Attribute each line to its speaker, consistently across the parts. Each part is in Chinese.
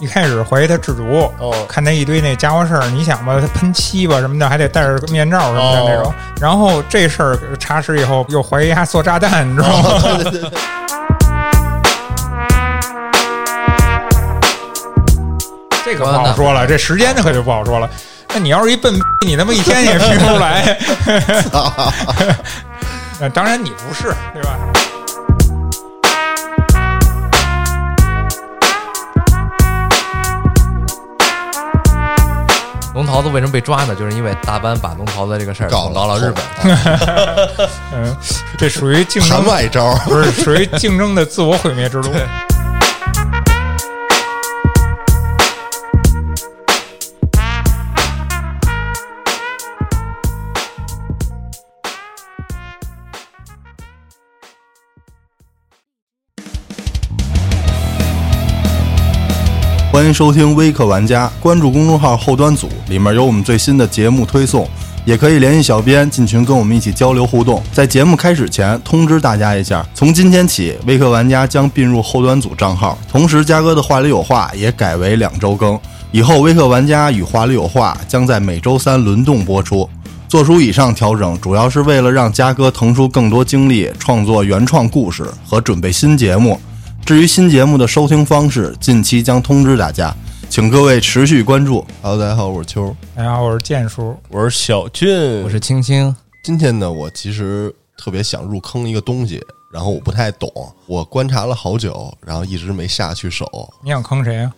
Speaker 1: 一开始怀疑他制毒，
Speaker 2: 哦
Speaker 1: 看他一堆那家伙事儿，你想吧，他喷漆吧什么的，还得戴着面罩什么的那种。
Speaker 2: 哦
Speaker 1: 然后这事儿查实以后，又怀疑他做炸弹，你知道吗？
Speaker 2: 对对对对，
Speaker 1: 这可不好说了，这时间可就不好说了。那你要是一笨逼，你他妈一天也拼不出 来。呃当然你不是，对吧？
Speaker 3: 龙桃子为什么被抓呢？就是因为大班把龙桃子这个事儿
Speaker 2: 搞
Speaker 3: 捅到了
Speaker 2: 了
Speaker 3: 日本，
Speaker 1: 嗯，这属于竞
Speaker 2: 盘
Speaker 1: 争，
Speaker 2: 外招。
Speaker 1: 不是属于竞争的自我毁灭之路。
Speaker 4: 欢迎收听微客玩家，关注公众号后端组，里面有我们最新的节目推送，也可以联系小编进群跟我们一起交流互动。在节目开始前，通知大家一下，从今天起，微客玩家将并入后端组账号，同时嘉哥的话里有话也改为两周更，以后微客玩家与话里有话将在每周三轮动播出。做出以上调整，主要是为了让嘉哥腾出更多精力创作原创故事和准备新节目。至于新节目的收听方式，近期将通知大家，请各位持续关注。
Speaker 2: Hello，大家好，我是秋儿，
Speaker 1: 大家好，我是建叔，
Speaker 2: 我是小俊
Speaker 3: 我是青青，
Speaker 2: 今天呢，我其实特别想入坑一个东西，然后我不太懂，我观察了好久，然后一直没下去手。
Speaker 1: 你想坑谁啊？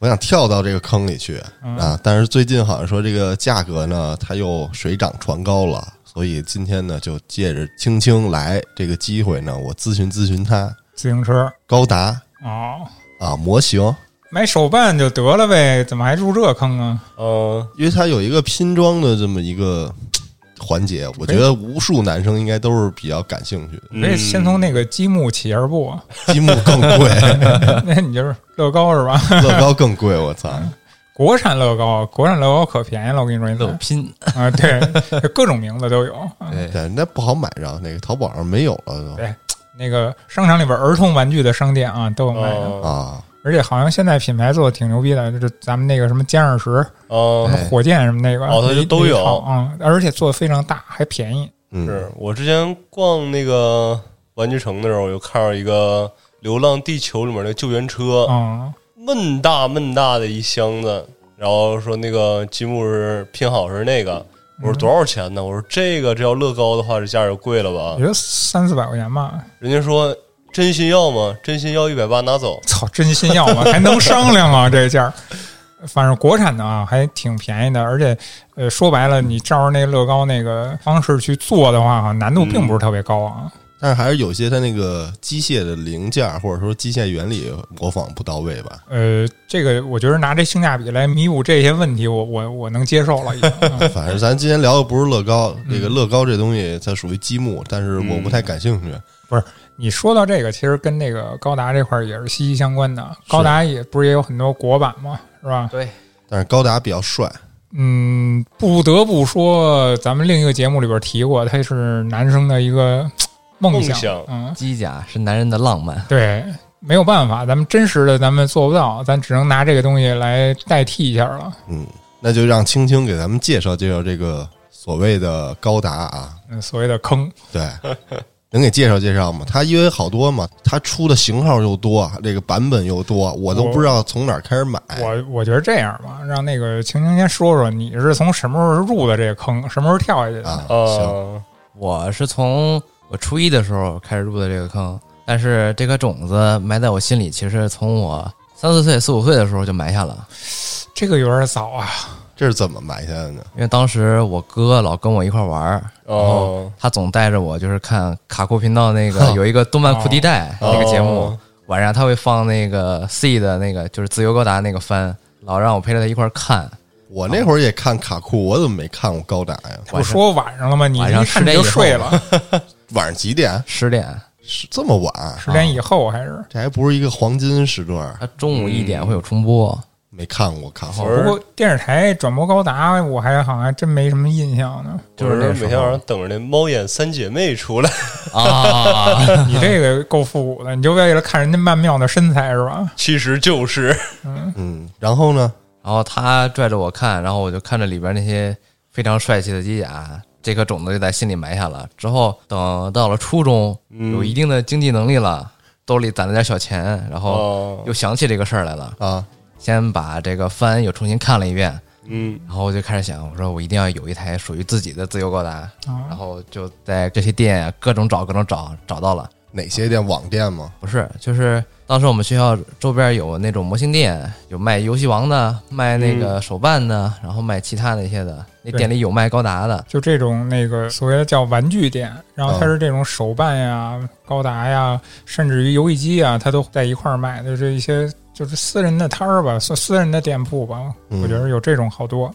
Speaker 2: 我想跳到这个坑里去啊！但是最近好像说这个价格呢，它又水涨船高了，所以今天呢，就借着青青来这个机会呢，我咨询咨询他
Speaker 1: 自行车
Speaker 2: 高达
Speaker 1: 哦，
Speaker 2: 啊模型，
Speaker 1: 买手办就得了呗，怎么还入这坑啊？
Speaker 2: 呃，因为它有一个拼装的这么一个嘖环节，我觉得无数男生应该都是比较感兴趣
Speaker 5: 嗯
Speaker 2: 的。
Speaker 1: 可以先从那个积木起而不，啊
Speaker 2: 积木更贵，
Speaker 1: 那你就是乐高是吧？
Speaker 2: 乐高更贵，我操！
Speaker 1: 国产乐高，国产乐高可便宜了，我跟你说，你
Speaker 3: 乐
Speaker 1: 乐
Speaker 3: 拼，
Speaker 1: 啊，对，各种名字都有。啊
Speaker 3: 对，
Speaker 2: 对，那不好买着，那个淘宝上没有了
Speaker 1: 对那个商场里边儿童玩具的商店啊，都有卖的，
Speaker 2: 都啊。
Speaker 5: 哦
Speaker 1: 而且好像现在品牌做的挺牛逼的，就是咱们那个什么歼二十、
Speaker 5: 哦
Speaker 1: 什，么火箭什么那个，
Speaker 5: 哦它就都有
Speaker 1: 啊、嗯，而且做的非常大，还便宜。
Speaker 2: 嗯，
Speaker 5: 是我之前逛那个玩具城的时候，我就看到一个《流浪地球》里面的救援车，
Speaker 1: 嗯，
Speaker 5: 闷大闷大的一箱子，然后说那个积木是拼好是那个，我说多少钱呢？我说这个这要乐高的话，这价就贵了吧
Speaker 1: 也？就三四百块钱吧。
Speaker 5: 人家说真心要吗？真心要一百八拿走。
Speaker 1: 操，真心要吗？还能商量啊，这价儿。反正国产的啊，还挺便宜的，而且，呃，说白了，你照着那乐高那个方式去做的话，哈，难度并不是特别高啊。
Speaker 2: 但是还是有些它那个机械的零件儿或者说机械原理模仿不到 位吧。
Speaker 1: 呃，这个我觉得拿这性价比来弥补这些问题，我我我能接受了已经。 嗯
Speaker 2: 反正咱今天聊的不是乐高，这个乐高这东西它属于积木，但是我
Speaker 5: 嗯
Speaker 2: 不太感兴趣。
Speaker 1: 你说到这个，其实跟那个高达这块儿也是息息相关的。高达也不是也有很多国版嘛，是吧？
Speaker 3: 对，
Speaker 2: 但是高达比较帅，
Speaker 1: 嗯，不得不说，咱们另一个节目里边提过，它是男生的一个梦想。
Speaker 5: 梦想
Speaker 1: 嗯，
Speaker 3: 机甲是男人的浪漫，
Speaker 1: 对，没有办法，咱们真实的咱们做不到，咱只能拿这个东西来代替一下了。
Speaker 2: 嗯，那就让青青给咱们介绍介绍这个所谓的高达啊，
Speaker 1: 嗯，所谓的坑，
Speaker 2: 对， 能给介绍介绍吗？它因为好多嘛，它出的型号又多，这个版本又多，我都不知道从哪儿开始买。
Speaker 1: 我我觉得这样吧，让那个晴晴先说说，你是从什么时候入的这个坑，什么时候跳下去的？
Speaker 2: 啊，行，
Speaker 5: 啊，
Speaker 3: 我是从我初一的时候开始入的这个坑，但是这颗种子埋在我心里，其实从我三四岁、四五岁的时候就埋下了。
Speaker 1: 这个有点早啊，
Speaker 2: 这是怎么买下的呢？
Speaker 3: 因为当时我哥老跟我一块玩儿，
Speaker 5: 哦，
Speaker 3: 他总带着我就是看卡酷频道那 个
Speaker 2: 哼
Speaker 3: 有一个动漫库地带那个节目
Speaker 5: 哦，
Speaker 3: 晚上他会放那个 C 的那个就是自由高达那个番，老让我陪着他一块儿看。
Speaker 2: 我那会儿也看卡酷，我怎么没看过高达呀？
Speaker 1: 不说晚上了吗？你
Speaker 3: 晚
Speaker 1: 一
Speaker 3: 上
Speaker 1: 看你就
Speaker 3: 10
Speaker 1: 睡了，
Speaker 2: 晚上几点？啊
Speaker 3: 十点，
Speaker 2: 是这么晚？啊
Speaker 1: 十点以后还是啊
Speaker 2: 这还不是一个黄金时段儿
Speaker 3: 他中午一点会有重播，
Speaker 2: 没看过卡夫
Speaker 5: 我
Speaker 2: 尔，
Speaker 1: 不
Speaker 5: 是
Speaker 1: 过电视台转播高达，我还好像还真没什么印象 呢。
Speaker 3: 就是那
Speaker 5: 我
Speaker 3: 个
Speaker 5: 每
Speaker 3: 时
Speaker 5: 天晚
Speaker 3: 候
Speaker 5: 上等着那猫眼三姐妹出来，
Speaker 3: 啊，
Speaker 1: 你这个够复古的，你就为了看人家曼妙的身材是吧？
Speaker 5: 其实就是
Speaker 2: 嗯，然后呢，
Speaker 3: 然后他拽着我看，然后我就看着里边那些非常帅气的机甲，这颗种子就在心里埋下了。之后等到了初中，
Speaker 5: 嗯
Speaker 3: 有一定的经济能力了，兜里攒了点小钱，然后
Speaker 5: 哦，
Speaker 3: 又想起这个事儿来了，
Speaker 2: 啊，
Speaker 3: 先把这个番又重新看了一遍，
Speaker 5: 嗯，
Speaker 3: 然后我就开始想，我说我一定要有一台属于自己的自由高达，
Speaker 1: 啊
Speaker 3: 然后就在这些店啊各种找，各种找，找到了。
Speaker 2: 哪些店网店吗？
Speaker 3: 不是，就是当时我们学校周边有那种模型店，有卖游戏王的，卖那个手办的，然后卖其他那些的。那
Speaker 1: 嗯对
Speaker 3: 店里有卖高达的，
Speaker 1: 就这种那个所谓的叫玩具店，然后它是这种手办呀、高达呀，甚至于游戏机啊，它都在一块儿卖，就是一些就是私人的摊儿吧，私私人的店铺吧，
Speaker 2: 嗯
Speaker 1: 我觉得有这种好多。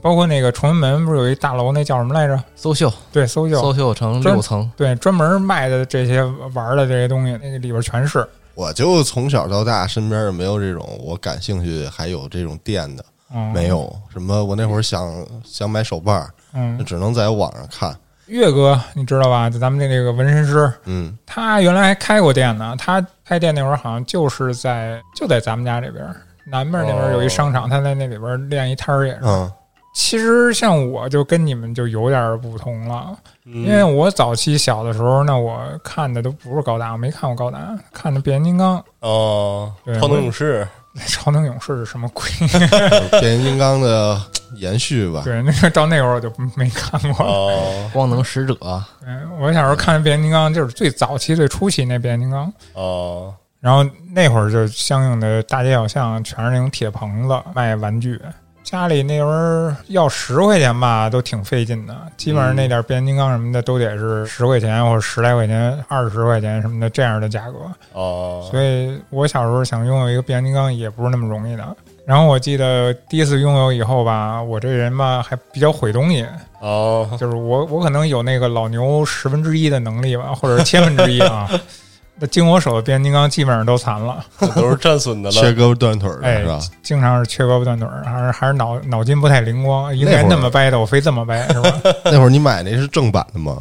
Speaker 1: 包括那个崇文门不是有一大楼，那叫什么来着？
Speaker 3: 搜秀，
Speaker 1: 对，搜救
Speaker 3: 搜秀成
Speaker 1: 专
Speaker 3: 六层，
Speaker 1: 对，专门卖的这些玩儿的这些东西，那个里边全是
Speaker 2: 我就从小到大身边也没有这种我感兴趣还有这种店的，
Speaker 1: 嗯
Speaker 2: 没有什么。我那会儿想想买手办儿，那
Speaker 1: 嗯，
Speaker 2: 只能在网上看。
Speaker 1: 岳哥你知道吧？就咱们的那个纹身师，
Speaker 2: 嗯，
Speaker 1: 他原来还开过店呢，他开店那会儿好像就是在就在咱们家这边儿南边儿那边儿有一商场，他在那里边儿练一摊儿也是。
Speaker 2: 嗯，
Speaker 1: 其实像我就跟你们就有点儿不同了，
Speaker 5: 因
Speaker 1: 因为我早期小的时候呢，我看的都不是高达，我没看过高达，看的变形金刚、
Speaker 5: 哦，
Speaker 1: 对
Speaker 5: 超能勇士
Speaker 1: 超能勇士是什么鬼？
Speaker 2: 变形金刚的延续吧。
Speaker 1: 对， 那个到那会儿我就没看过了。
Speaker 5: 哦
Speaker 3: 光能使者，
Speaker 1: 嗯，我小时候看的变形金刚就是最早期、最初期那变形金刚。
Speaker 5: 哦，
Speaker 1: 然后那会儿就相应的大街小巷全是那种铁棚子卖玩具，家里那会儿要十块钱吧，都挺费劲的，基本上那点变形金刚什么的都得是十块钱或者十来块钱、二十块钱什么的这样的价格。
Speaker 5: 哦，
Speaker 1: 所以我小时候想拥有一个变形金刚也不是那么容易的。然后我记得第一次拥有以后吧，我这人吧还比较毁东西，
Speaker 5: 哦，
Speaker 1: 就是我我可能有那个老牛十分之一的能力吧，或者是千分之一啊。那经我手的变形金刚基本上都残了。
Speaker 5: 这都是战损的
Speaker 2: 缺
Speaker 5: 了，
Speaker 2: 胳膊断腿儿的
Speaker 1: 哎
Speaker 2: 是吧？
Speaker 1: 经常是缺胳膊断腿儿，还是还是脑脑筋不太灵光，应
Speaker 2: 那会
Speaker 1: 该
Speaker 2: 儿
Speaker 1: 那么掰的，我非这么掰，是 吧？
Speaker 2: 那会儿你买那是正版的吗？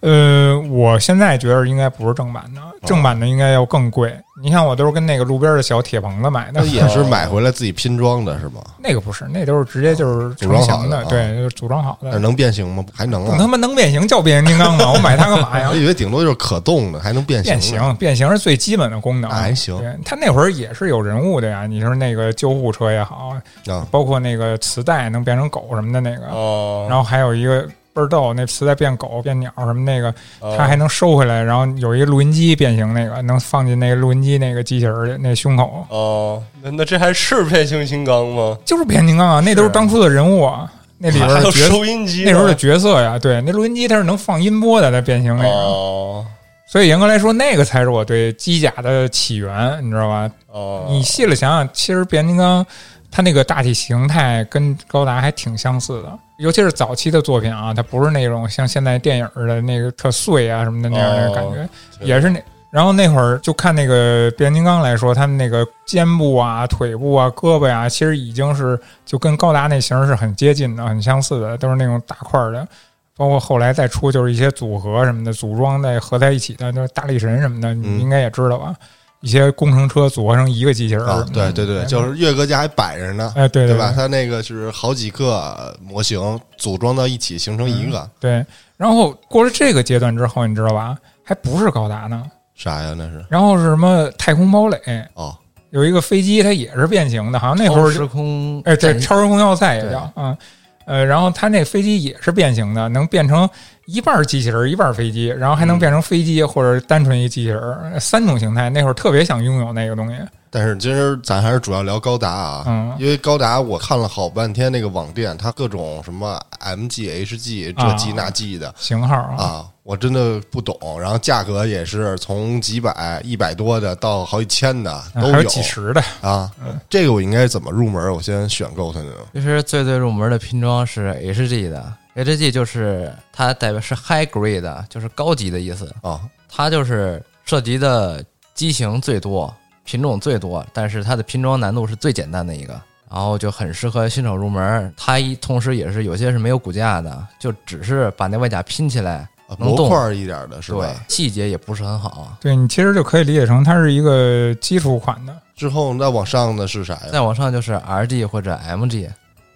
Speaker 1: 呃，我现在觉得应该不是正版的，正版的应该要更贵。你看，我都是跟那个路边的小铁棚子买的
Speaker 2: 那，也是买回来自己拼装的是吗？
Speaker 1: 那个不是，那都是直接就是
Speaker 2: 哦组装
Speaker 1: 成
Speaker 2: 好
Speaker 1: 型
Speaker 2: 的啊
Speaker 1: 对，就是组装好
Speaker 2: 那
Speaker 1: 的。
Speaker 2: 能变形吗？还能
Speaker 1: 不
Speaker 2: 啊
Speaker 1: 他！妈能变形叫变形金刚吗？我买它干嘛呀
Speaker 2: 我？以为顶多就是可动的，还能变
Speaker 1: 变
Speaker 2: 形呢。
Speaker 1: 形，变形是最基本的功能。
Speaker 2: 那还哎行
Speaker 1: 对，它那会儿也是有人物的呀。你说那个救护车也好，
Speaker 2: 啊，
Speaker 1: 包括那个磁带能变成狗什么的那个，
Speaker 5: 哦，
Speaker 1: 然后还有一个倍儿逗，那磁带变狗、变鸟什么那个，
Speaker 5: 哦
Speaker 1: 它还能收回来，然后有一个录音机变形那个，能放进那个录音机那个机器人儿那胸口，
Speaker 5: 哦，那那这还是变形金刚吗？
Speaker 1: 就是变形金刚啊，那都是当初的人物啊，那里边
Speaker 5: 还
Speaker 1: 儿
Speaker 5: 有
Speaker 1: 的角色。
Speaker 5: 收音啊机
Speaker 1: 那
Speaker 5: 呢，
Speaker 1: 时候的角色呀，对，那录音机它是能放音波的，它变形那个，
Speaker 5: 哦
Speaker 1: 所以严格来说，那个才是我对机甲的起源，你知道吧？
Speaker 5: 哦，
Speaker 1: 你细了想想，其实变形金刚它那个大体形态跟高达还挺相似的，尤其是早期的作品啊，它不是那种像现在电影似的那个特碎啊什么的那样的感觉，
Speaker 5: 对
Speaker 1: 也是那。然后那会儿就看那个变形金刚来说，他们那个肩部啊、腿部啊、胳膊啊，其实已经是就跟高达那型儿是很接近的、很相似的，都是那种大块儿的。包括后来再出就是一些组合什么的，组装再合在一起的，就是大力神什么的，
Speaker 2: 嗯
Speaker 1: 你应该也知道吧？啊一些工程车组合成一个机器人儿嗯
Speaker 2: 啊，，对对对，就是岳哥家还摆着呢，
Speaker 1: 哎，对
Speaker 2: 对
Speaker 1: 对
Speaker 2: 吧？？他那个是好几个模型组装到一起形成
Speaker 1: 嗯
Speaker 2: 一个
Speaker 1: 对。然后过了这个阶段之后，你知道吧？还不是高达呢，
Speaker 2: 啥呀？那是
Speaker 1: 然后是什么太空堡垒，
Speaker 2: 哦，
Speaker 1: 有一个飞机，它也是变形的，好像那会
Speaker 3: 超
Speaker 1: 儿就
Speaker 3: 时空
Speaker 1: 哎，对，
Speaker 3: 战
Speaker 1: 超时空要塞也
Speaker 3: 对
Speaker 1: 叫嗯。呃，然后它那飞机也是变形的，能变成一半儿机器人儿，一半儿飞机，然后还能变成飞机或者单纯一机器人儿，三种形态。那会儿特别想拥有那个东西，
Speaker 2: 但是今儿咱还是主要聊高达啊，
Speaker 1: 嗯
Speaker 2: 因为高达我看了好半天那个网店，它各种什么 MG、HG 这
Speaker 1: 啊
Speaker 2: 季那季的
Speaker 1: 型号
Speaker 2: 啊。我真的不懂，然后价格也是从几百、一百多的到好几千的都
Speaker 1: 啊还有几十嗯的，
Speaker 2: 啊。这个我应该怎么入门？我先选购它呢？
Speaker 3: 其实最最入门的拼装是 HG 的，HG 就是它代表是 high grade 的，就是高级的意思。
Speaker 1: 嗯
Speaker 2: 啊，
Speaker 3: 它就是涉及的机型最多，品种最多，但是它的拼装难度是最简单的一个。然后就很适合新手入门。它一同时也是有些是没有骨架的，就只是把那外甲拼起来
Speaker 2: 啊
Speaker 3: 能
Speaker 2: 模
Speaker 3: 动
Speaker 2: 块，儿一点的是
Speaker 3: 对
Speaker 2: 吧？，
Speaker 3: 细节也不是很好。
Speaker 1: 对你其实就可以理解成它是一个基础款的，
Speaker 2: 之后那往上的是啥呀？
Speaker 3: 再往上就是 R G 或者 M G。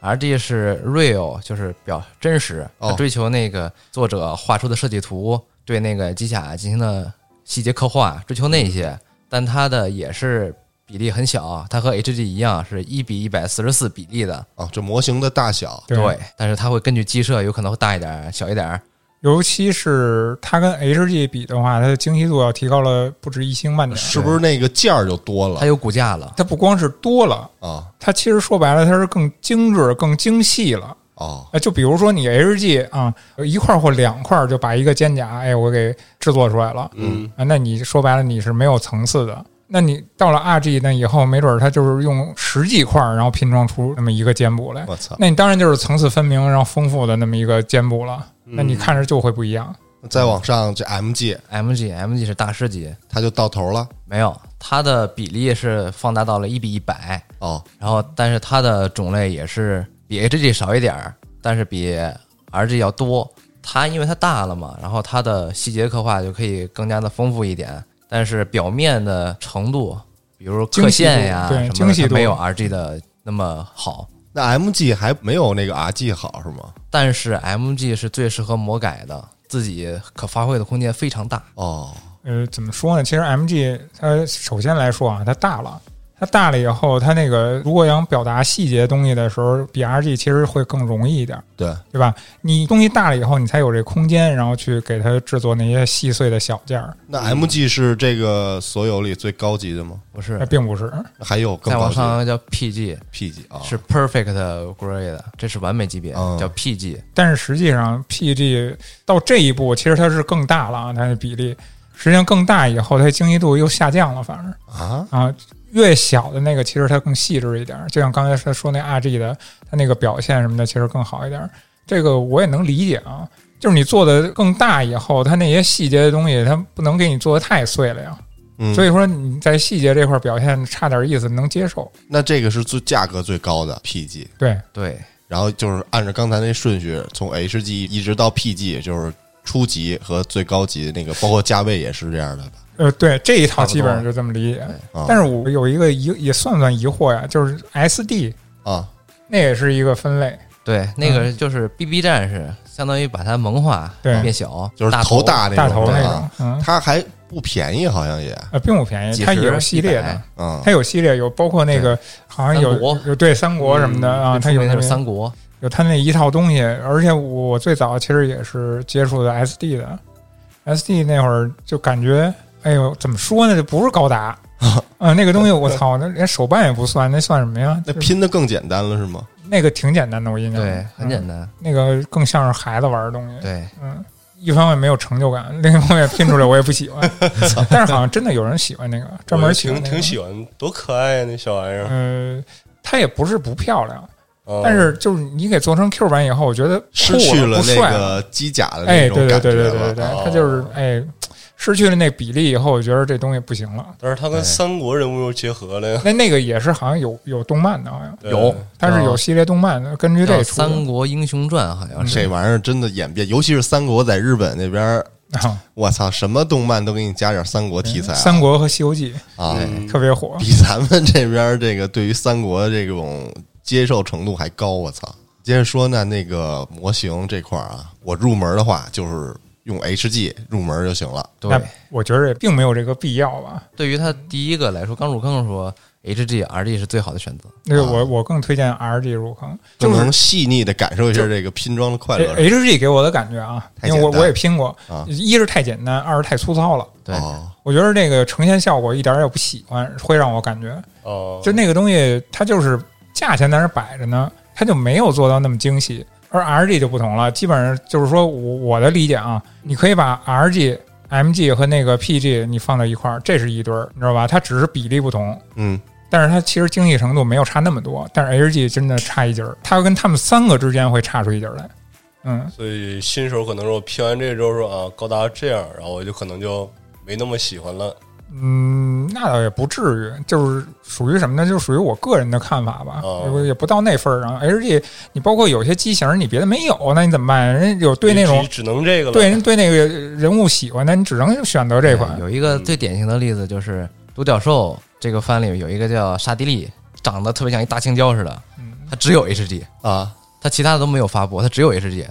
Speaker 3: R G 是 real，就是表真实，
Speaker 2: 哦
Speaker 3: 它追求那个作者画出的设计图对那个机甲进行的细节刻画，追求那些，但它的也是比例很小，啊它和 H G 一样是一比一百四十四比例的，
Speaker 2: 啊，这模型的大小
Speaker 1: 对，
Speaker 3: 但是它会根据机设有可能会大一点儿、小一点儿，
Speaker 1: 尤其是它跟 HG 比的话，它的精细度要提高了不止一星半点。
Speaker 2: 是不是那个件儿就多了
Speaker 3: 它有骨架了。
Speaker 1: 它不光是多了，
Speaker 2: 啊？
Speaker 1: 它其实说白了，它是更精致、更精细了。
Speaker 2: 哦，
Speaker 1: 啊，就比如说你 HG 啊，一块儿或两块儿就把一个肩甲，哎，我给制作出来了
Speaker 5: 嗯，
Speaker 1: 啊，那你说白了你是没有层次的。那你到了 RG 那以后，没准儿它就是用十几块儿，然后拼装出那么一个肩部来。
Speaker 2: 我操！
Speaker 1: 那你当然就是层次分明，然后丰富的那么一个肩部了。
Speaker 2: 嗯
Speaker 1: 那你看着就会不一样。
Speaker 2: 再往上这 MG
Speaker 3: M G M G 是大师级，
Speaker 2: 它就到头了
Speaker 3: 没有它的比例是放大到了一比一百，
Speaker 2: 哦，
Speaker 3: 然后但是它的种类也是比 H G 少一点儿，但是比 R G 要多。它因为它大了嘛，然后它的细节刻画就可以更加的丰富一点，但是表面的程度，比如刻线呀
Speaker 1: 精细度对
Speaker 3: 什么的，
Speaker 1: 精细度
Speaker 3: 它没有 R G 的那么好。
Speaker 2: 那 MG 还没有那个 RG 好是吗？
Speaker 3: 但是 M G 是最适合魔改的，自己可发挥的空间非常大。
Speaker 2: 哦，
Speaker 1: 呃，怎么说呢？其实 MG 它首先来说啊，它大了，它大了以后，它那个如果想表达细节东西的时候，比 RG 其实会更容易一点，
Speaker 2: 对，
Speaker 1: 对吧？你东西大了以后，你才有这空间，然后去给它制作那些细碎的小件儿，
Speaker 2: 那 MG 是这个所有里最高级的吗？
Speaker 3: 不
Speaker 1: 那
Speaker 3: 是，
Speaker 1: 并嗯不是。
Speaker 2: 还有更
Speaker 3: 再
Speaker 2: 高
Speaker 3: 往
Speaker 2: 级的
Speaker 3: 上叫 P G，
Speaker 2: P 级
Speaker 1: 哦
Speaker 2: 啊？
Speaker 3: 是 perfect grade，这是完美级别，
Speaker 2: 嗯
Speaker 3: 叫 P G。
Speaker 1: 但是实际上，PG 到这一步，其实它是更大了啊，它的比例实际上更大以后，它精细度又下降了，反而。
Speaker 2: 啊，
Speaker 1: 啊，越小的那个其实它更细致一点儿，就像刚才说说那 RG 的，它那个表现什么的其实更好一点儿。这个我也能理解啊，就是你做的更大以后，它那些细节的东西，它不能给你做的太碎了呀。
Speaker 2: 嗯，
Speaker 1: 所以说你在细节这块表现差点意思能接受，
Speaker 2: 那这个是最价格最高的 P 级，
Speaker 1: 对
Speaker 3: 对，
Speaker 2: 然后就是按照刚才那顺序，从 H G 一直到 P G，就是初级和最高级那个，包括价位也是这样的吧？
Speaker 1: 呃，对这一套
Speaker 3: 差不多
Speaker 1: 基本上就这么理解。
Speaker 2: 啊
Speaker 1: 但是我有一个疑，也算不算疑惑呀？就是 SD
Speaker 2: 啊，
Speaker 1: 那也是一个分类，
Speaker 3: 对，那个就是 BB 战士，相当于把它萌化
Speaker 1: 嗯对
Speaker 3: 变小，
Speaker 2: 就是
Speaker 3: 大
Speaker 2: 头大那
Speaker 1: 大
Speaker 2: 种
Speaker 1: 头那
Speaker 2: 的
Speaker 1: 种
Speaker 2: 啊，，
Speaker 1: 嗯，
Speaker 2: 它还不便宜，好像也
Speaker 1: 呃，并不便宜，
Speaker 3: 几
Speaker 1: 它
Speaker 3: 十
Speaker 1: 也有系列
Speaker 3: 一
Speaker 1: 的
Speaker 3: 百。
Speaker 2: 啊
Speaker 1: 它有系列，有包括那个好像有
Speaker 3: 三国嗯
Speaker 1: 有对三国什么的啊，它有
Speaker 3: 那
Speaker 1: 那
Speaker 3: 是
Speaker 1: 个
Speaker 3: 三国，
Speaker 1: 有它那一套东西，而且我最早其实也是接触的 SD 的，SD 那会儿就感觉，哎呦，怎么说呢，就不是高 达。啊、那个东西我操，那连手办也不算，那算什么呀？
Speaker 2: 那
Speaker 1: 就是
Speaker 2: 拼的更简单了是吗？
Speaker 1: 那个挺简单的，我印象
Speaker 3: 对，很简
Speaker 1: 单、
Speaker 3: 单，
Speaker 1: 那个更像是孩子玩的东西。
Speaker 3: 对，
Speaker 1: 嗯，一方面没有成就感， 另一方面拼出来我也不喜 欢。但是好像真的有人喜欢那个，专门
Speaker 5: 我
Speaker 1: 喜欢
Speaker 5: 挺
Speaker 1: 那个
Speaker 5: 挺喜欢，多可爱啊那小玩意儿。
Speaker 1: 呃，它也不是不漂亮，
Speaker 5: 嗯
Speaker 1: 但是就是你给做成 Q 版以后，我觉得
Speaker 2: 哦失去
Speaker 1: 酷了
Speaker 2: 了
Speaker 1: 不
Speaker 2: 那
Speaker 1: 帅了
Speaker 2: 个机甲的那
Speaker 1: 哎，
Speaker 2: 种
Speaker 1: 对
Speaker 2: 感觉
Speaker 1: 对对
Speaker 2: 了。
Speaker 1: 对对对对
Speaker 5: 哦，
Speaker 1: 它就是哎，失去了那比例以后，我觉得这东西不行了。
Speaker 5: 但是它跟三国人物又结合了呀。
Speaker 1: 那那个也是好像有有动漫的，好像
Speaker 5: 对
Speaker 3: 有
Speaker 1: 它是有系列动漫的，根据这
Speaker 3: 叫《
Speaker 1: 出的嗯
Speaker 3: 三国英雄传》，好像是
Speaker 2: 啊这玩意儿真的演变，尤其是三国在日本那边儿，
Speaker 1: 啊，
Speaker 2: 我操，什么动漫都给你加点三国题材啊、
Speaker 1: 三国和西游记
Speaker 2: 啊，
Speaker 5: 嗯
Speaker 1: 特别火。
Speaker 2: 比咱们这边儿这个对于三国这种接受程度还高。我操！接着说呢，那个模型这块儿啊，我入门的话就是用 HG 入门就行了。
Speaker 3: 对
Speaker 1: 那，我觉得也并没有这个必要吧。
Speaker 3: 对于它第一个来说，刚入坑的时候，HG、RG 是最好的选择。
Speaker 1: 那个
Speaker 2: 啊
Speaker 1: 我我更推荐 RG 入坑，
Speaker 2: 就
Speaker 1: 就是哎
Speaker 2: 能细腻的感受一下这个拼装的快乐
Speaker 1: H G 给我的感觉啊，
Speaker 2: 太
Speaker 1: 因为我
Speaker 2: 简单
Speaker 1: 我也拼过
Speaker 2: 啊，
Speaker 1: 一是太简单，二是太粗糙了。
Speaker 3: 对，
Speaker 2: 哦，
Speaker 1: 我觉得这个呈现效果一点儿也不喜欢，会让我感觉
Speaker 5: 哦，
Speaker 1: 就那个东西，它就是价钱在那儿摆着呢，它就没有做到那么精细。而 RG 就不同了，基本上就是说我我的理解啊，你可以把 RG、MG 和那个 PG 你放到一块儿，这是一对儿，你知道吧？它只是比例不同，
Speaker 2: 嗯，
Speaker 1: 但是它其实精细程度没有差那么多。但是 HG 真的差一截儿，它跟他们三个之间会差出一截儿来。嗯，
Speaker 5: 所以新手可能说我拼完这之后说啊，高达这样，然后我就可能就没那么喜欢了。
Speaker 1: 嗯，那倒也不至于，就是属于什么呢？就属于我个人的看法吧，
Speaker 5: 哦
Speaker 1: 也不到那份儿上。H G，你包括有些机型，你别的没有，那你怎么办？人家有对那种
Speaker 5: 你只只能这个了，
Speaker 1: 对人对那个人物喜欢的，你只能选择这款。
Speaker 3: 哎有一
Speaker 2: 嗯
Speaker 3: 个最典型的例子就是独角兽这个番里有一个叫沙地利，长得特别像一大青椒似的，
Speaker 1: 嗯，
Speaker 3: 它只有 HG，
Speaker 2: 啊，
Speaker 3: 它其他的都没有发布，它只有 HG。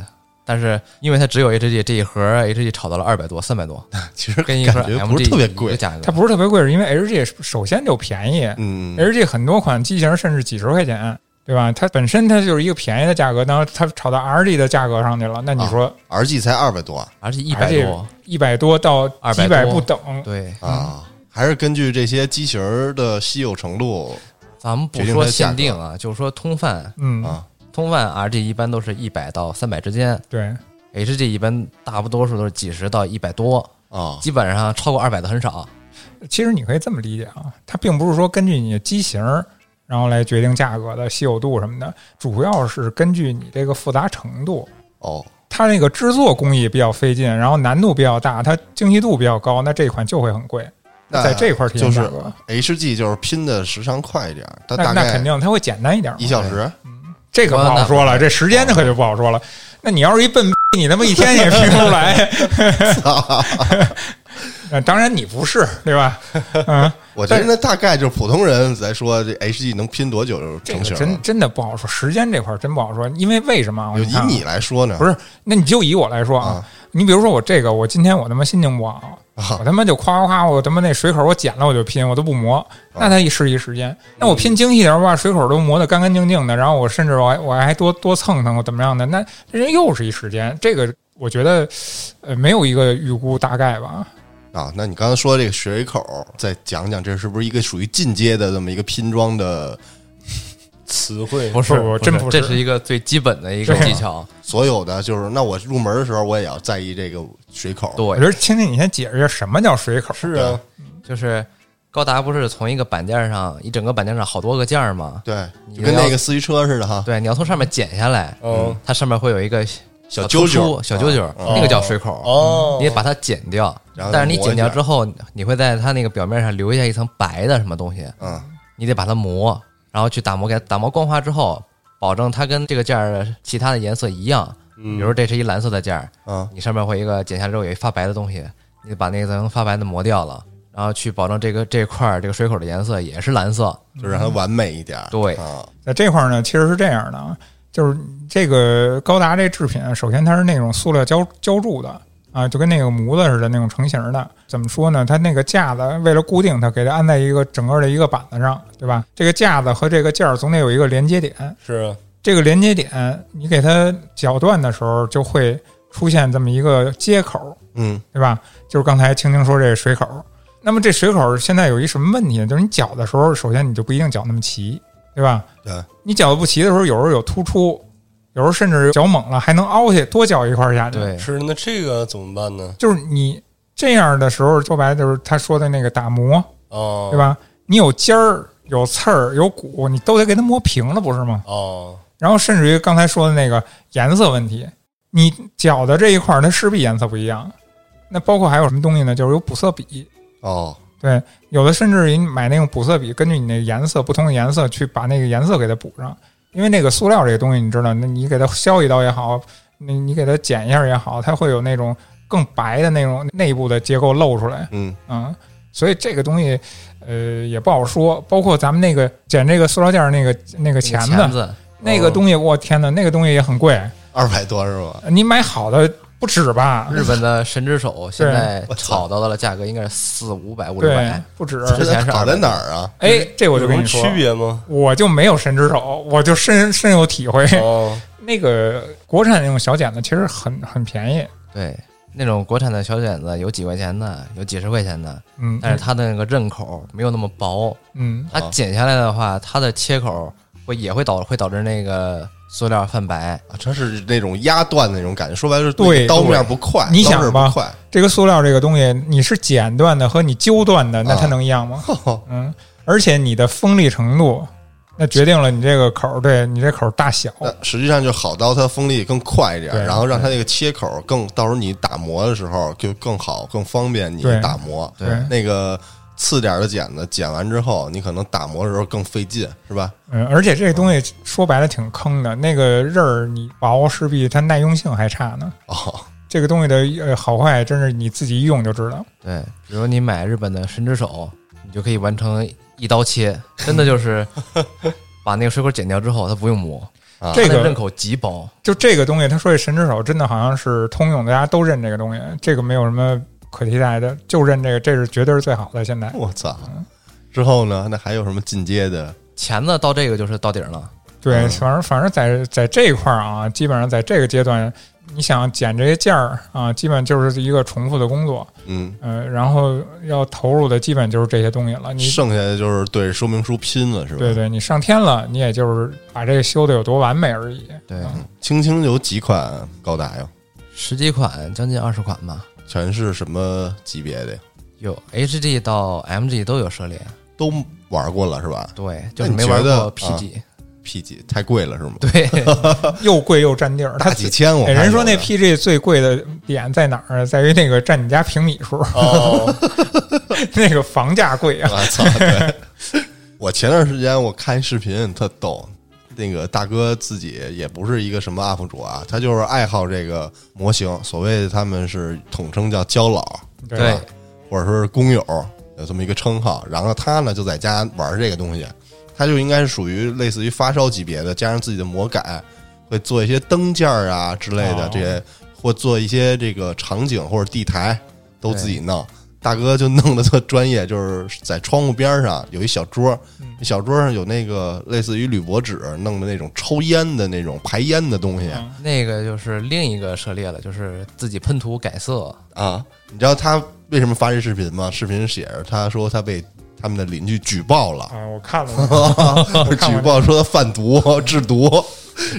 Speaker 3: 但是因为它只有 HG 这一盒 HG 炒到了二百多、三百多，
Speaker 2: 其实
Speaker 3: 跟一哎盒
Speaker 2: 感觉不
Speaker 3: MG
Speaker 2: 是特别
Speaker 3: 一个
Speaker 2: 贵，
Speaker 3: 价格。
Speaker 1: 它不是特别贵，是因为 H G 首先就便宜，
Speaker 2: 嗯，
Speaker 1: H G 很多款机型甚至几十块钱，对吧？它本身它就是一个便宜的价格，然后它炒到 R G 的价格上去了，那你说
Speaker 2: R G 才二百多啊
Speaker 3: 而啊且一百多，
Speaker 1: 一百多到几
Speaker 3: 200
Speaker 1: 百
Speaker 3: 多
Speaker 1: 不等，
Speaker 3: 对，
Speaker 1: 嗯
Speaker 2: 啊，还是根据这些机型儿的稀有程度
Speaker 3: 咱们不
Speaker 2: 决定
Speaker 3: 说
Speaker 2: 它的价格
Speaker 3: 限定啊，就是说通贩，
Speaker 1: 嗯，
Speaker 2: 啊，
Speaker 3: 通贩 RG 一般都是一百到三百之间
Speaker 1: 对，
Speaker 3: ，HG 一般大不多数都是几十到一百多，
Speaker 2: 啊
Speaker 3: 基本上超过二百的很少。
Speaker 1: 其实你可以这么理解啊，它并不是说根据你的机型，然后来决定价格的稀有度什么的，主要是根据你这个复杂程度。
Speaker 2: 哦，
Speaker 1: 它那个制作工艺比较费劲，然后难度比较大，它精细度比较高，那这款就会很贵。
Speaker 2: 那
Speaker 1: 在这块儿体
Speaker 2: 就
Speaker 1: 现价
Speaker 2: 是
Speaker 1: 格，
Speaker 2: H G 就是拼的时长快一点儿，它
Speaker 1: 那
Speaker 2: 大
Speaker 1: 那
Speaker 2: 概
Speaker 1: 肯定它会简单一点嘛。
Speaker 2: 一小时
Speaker 1: 这可不好说了，这时间可就不好说了。那你要是一笨逼，你他妈一天也拼不出 来。呃当然你不是，对吧？嗯，
Speaker 2: 我觉得那大概就是普通人来说，这 H G 能拼多久就
Speaker 1: 这
Speaker 2: 成
Speaker 1: 个
Speaker 2: 型
Speaker 1: 真
Speaker 2: 了？
Speaker 1: 真的不好说，时间这块儿真不好说，因为为什么啊？我
Speaker 2: 就
Speaker 1: 跟
Speaker 2: 以
Speaker 1: 看啊
Speaker 2: 你来说呢？
Speaker 1: 不是，那你就以我来说啊，
Speaker 2: 啊
Speaker 1: 你比如说我这个，我今天我他妈心情不好，
Speaker 2: 啊
Speaker 1: 我他妈就夸夸夸，我他妈那水口我剪了我就拼，我都不磨，那它一是一时间。那我拼精细点儿，我把水口都磨得干干净净的，然后我甚至我还我还多多蹭蹭我怎么样的，那这人又是一时间。这个我觉得呃没有一个预估大概吧，
Speaker 2: 啊，那你刚才说这个水口，再讲讲这是不是一个属于进阶的这么一个拼装的
Speaker 5: 词汇
Speaker 3: 不
Speaker 1: 不不真不是
Speaker 3: 这是一个最基本的一个
Speaker 1: 对啊
Speaker 3: 技巧。
Speaker 2: 所有的？就是那我入门的时候，我也要在意这个水口。
Speaker 1: 我
Speaker 3: 对
Speaker 1: 觉，得青青你先解释一下什么叫水口。
Speaker 5: 是啊，
Speaker 3: 就是高达不是从一个板件上，一整个板件上好多个件儿吗？
Speaker 2: 对，
Speaker 3: 你
Speaker 2: 就跟
Speaker 3: 要
Speaker 2: 那个四驱车似的哈，
Speaker 3: 对，你要从上面剪下来，
Speaker 1: 哦
Speaker 5: 嗯，
Speaker 3: 它上面会有一个
Speaker 2: 小
Speaker 3: 揪
Speaker 2: 揪揪，
Speaker 3: 小揪揪，那个叫水口。
Speaker 5: 哦，
Speaker 3: 你把它剪掉，
Speaker 2: 然后
Speaker 3: 但是你剪掉之
Speaker 2: 后，
Speaker 3: 后，你会在它那个表面上留下一层白的什么东西，
Speaker 2: 嗯，
Speaker 3: 你得把它磨，然后去打磨，给它打磨光滑之后，保证它跟这个件儿的其他的颜色一样。比
Speaker 5: 嗯
Speaker 3: 如说这是一蓝色的件儿，
Speaker 2: 嗯
Speaker 3: 你上面会有一个剪下之后有一发白的东西，你把那层发白的磨掉了，然后去保证这个这块儿这个水口的颜色也是蓝色。
Speaker 2: 就让它完美一点。
Speaker 3: 对
Speaker 2: 啊，
Speaker 1: 在这块儿呢，其实是这样的啊，就是这个高达这制品，啊首先它是那种塑料浇浇铸的啊，就跟那个模子似的那种成型的。怎么说呢？它那个架子为了固定它，给它安在一个整个的一个板子上，对吧？这个架子和这个件儿总得有一个连接点，
Speaker 5: 是啊
Speaker 1: 这个连接点你给它绞断的时候，就会出现这么一个接口，
Speaker 2: 嗯，
Speaker 1: 对吧？就是刚才青青说这水口，那么这水口现在有一什么问题呢？就是你搅的时候，首先你就不一定搅那么齐，对吧？
Speaker 2: 对，
Speaker 1: 你搅的不齐的时候，有时候有突出，有时候甚至搅猛了还能凹下去，多搅一块儿
Speaker 2: 嗯
Speaker 1: 下去。，
Speaker 3: 对，
Speaker 5: 是，那这个怎么办呢？
Speaker 1: 就是你这样的时候，说白了就是他说的那个打磨，
Speaker 5: 哦，
Speaker 1: 对？吧？你有尖儿。有刺儿，有骨，你都得给它磨平了，不是吗？
Speaker 5: 哦，
Speaker 1: 然后甚至于刚才说的那个颜色问题，你搅的这一块儿，它势必颜色不一样。那包括还有什么东西呢？就是有补色笔，
Speaker 2: 哦，
Speaker 1: 对，有的甚至于你买那种补色笔，根据你那个颜色不同的颜色去把那个颜色给它补上，因为那个塑料这个东西，你知道，那你给它削一刀也好，你你给它剪一下也好，它会有那种更白的那种内部的结构露出来，
Speaker 2: 嗯，
Speaker 1: 嗯，所以这个东西，呃，也不好说。包括咱们那个剪这个塑料件儿那个那个钳
Speaker 3: 那个钳
Speaker 1: 子，
Speaker 3: 子
Speaker 1: 那个东西，我天哪，那个东西也很贵，
Speaker 2: 二百多是吧？
Speaker 1: 你买好的不止吧？
Speaker 3: 日本的神之手现在
Speaker 2: 我
Speaker 3: 炒
Speaker 2: 操
Speaker 3: 到的价格应该是四五百、五六
Speaker 1: 对
Speaker 3: 百，，
Speaker 1: 不止。
Speaker 2: 这
Speaker 3: 之 前是
Speaker 2: 好在哪儿啊？
Speaker 1: 哎，这我就
Speaker 5: 有
Speaker 1: 跟
Speaker 5: 什
Speaker 1: 你
Speaker 5: 么
Speaker 1: 说
Speaker 5: 区，别吗？
Speaker 1: 我就没有神之手，我就深深有体会。
Speaker 5: 哦，
Speaker 1: 那个国产那种小剪子其实很很便宜，
Speaker 3: 对，那种国产的小剪子有几块钱的，有几十块钱的，
Speaker 1: 嗯，
Speaker 3: 但是它的那个刃口没有那么薄，
Speaker 1: 嗯
Speaker 3: 它剪下来的话，它的切口会也会导会导致那个塑料泛白。
Speaker 2: 啊，它是那种压断的那种感觉，说白了就是
Speaker 1: 对
Speaker 2: 刀面不快，
Speaker 1: 你
Speaker 2: 刀
Speaker 1: 想
Speaker 2: 面
Speaker 1: 吧
Speaker 2: 不快，
Speaker 1: 这个塑料这个东西，你是剪断的和你揪断的，那它能一样
Speaker 2: 啊
Speaker 1: 吗？嗯，而且你的锋利程度，那决定了你这个口儿，对你这口儿大小。
Speaker 2: 那实际上就好刀它锋利更快一点，
Speaker 1: 对
Speaker 2: 然后让它那个切口更，到时候你打磨的时候就更好，更方便你
Speaker 1: 对
Speaker 2: 打磨。
Speaker 1: 对
Speaker 2: 那个次点儿的剪子，剪完之后你可能打磨的时候更费劲，是吧？
Speaker 1: 嗯，而且这东西说白了挺坑的，那个刃儿你薄，势必它耐用性还差呢。
Speaker 2: 哦，
Speaker 1: 这个东西的呃好坏，真是你自己一用就知道。
Speaker 3: 对，比如你买日本的神之手，你就可以完成一刀切，真的就是把那个水果剪掉之后，它不用磨，
Speaker 2: 啊
Speaker 1: 这
Speaker 3: 它的
Speaker 1: 个
Speaker 3: 刃口极薄。
Speaker 1: 就这个东西，他说这神之手真的好像是通用的，大家都认这个东西，这个没有什么可替代的，就认这个，这是绝对是最好的。现在
Speaker 2: 我操！之后呢？那还有什么进阶的？
Speaker 3: 钳子到这个就是到顶了，
Speaker 1: 对，
Speaker 2: 嗯
Speaker 1: 反正反正在在这一块儿啊，基本上在这个阶段，你想剪这些件儿啊，基本就是一个重复的工作，
Speaker 2: 嗯，
Speaker 1: 嗯、然后要投入的基本就是这些东西了。你
Speaker 2: 剩下的就是对说明书拼了，是吧？
Speaker 1: 对对，你上天了，你也就是把这个修的有多完美而已。
Speaker 3: 对，
Speaker 2: 青青有几款高达呀？
Speaker 3: 十几款，将近二十款吧，
Speaker 2: 全是什么级别的呀？
Speaker 3: 有 HG 到 MG 都有涉猎，
Speaker 2: 都玩过了是吧
Speaker 3: 对，就
Speaker 2: 那
Speaker 3: 是
Speaker 2: 你
Speaker 3: 没玩
Speaker 2: 觉得
Speaker 3: 过 PG，、
Speaker 2: ？P 几太贵了是吗？
Speaker 3: 对，
Speaker 1: 又贵又占地儿，它
Speaker 2: 大几千我
Speaker 1: 哎
Speaker 2: 看有的。
Speaker 1: 人说那 PG 最贵的点在哪儿？啊在于那个占你家平米数，
Speaker 5: 哦，
Speaker 1: 那个房价贵 啊。
Speaker 2: 我操！对，我前段时间我看一视频特逗，那个大哥自己也不是一个什么 UP 主啊，他就是爱好这个模型，所谓他们是统称叫胶佬，
Speaker 1: 对
Speaker 3: 对
Speaker 1: 吧，
Speaker 2: 或者说是工友，有这么一个称号。然后他呢就在家玩这个东西，他就应该是属于类似于发烧级别的，加上自己的魔改，会做一些灯件儿啊之类的
Speaker 1: 哦
Speaker 2: 这些，或做一些这个场景或者地台，都自己弄。大哥就弄得特专业，就是在窗户边上有一小桌，那小桌上有那个类似于铝箔纸弄的那种抽烟的那种排烟的东西
Speaker 1: 嗯
Speaker 3: 那个就是另一个涉猎了，就是自己喷涂改色，
Speaker 2: 啊。你知道他为什么发这视频吗？视频写着他说他被他们的邻居举报了，
Speaker 1: 啊，我 看了，哦看
Speaker 2: 举
Speaker 1: 过
Speaker 2: 报说他贩毒、 制毒，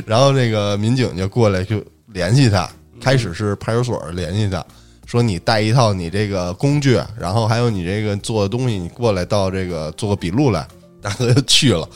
Speaker 2: 然后那个民警就过来就联系他，
Speaker 1: 嗯
Speaker 2: 开始是派出所联系他，说你带一套你这个工具，然后还有你这个做的东西，你过来到这个做个笔录来。 大哥就去了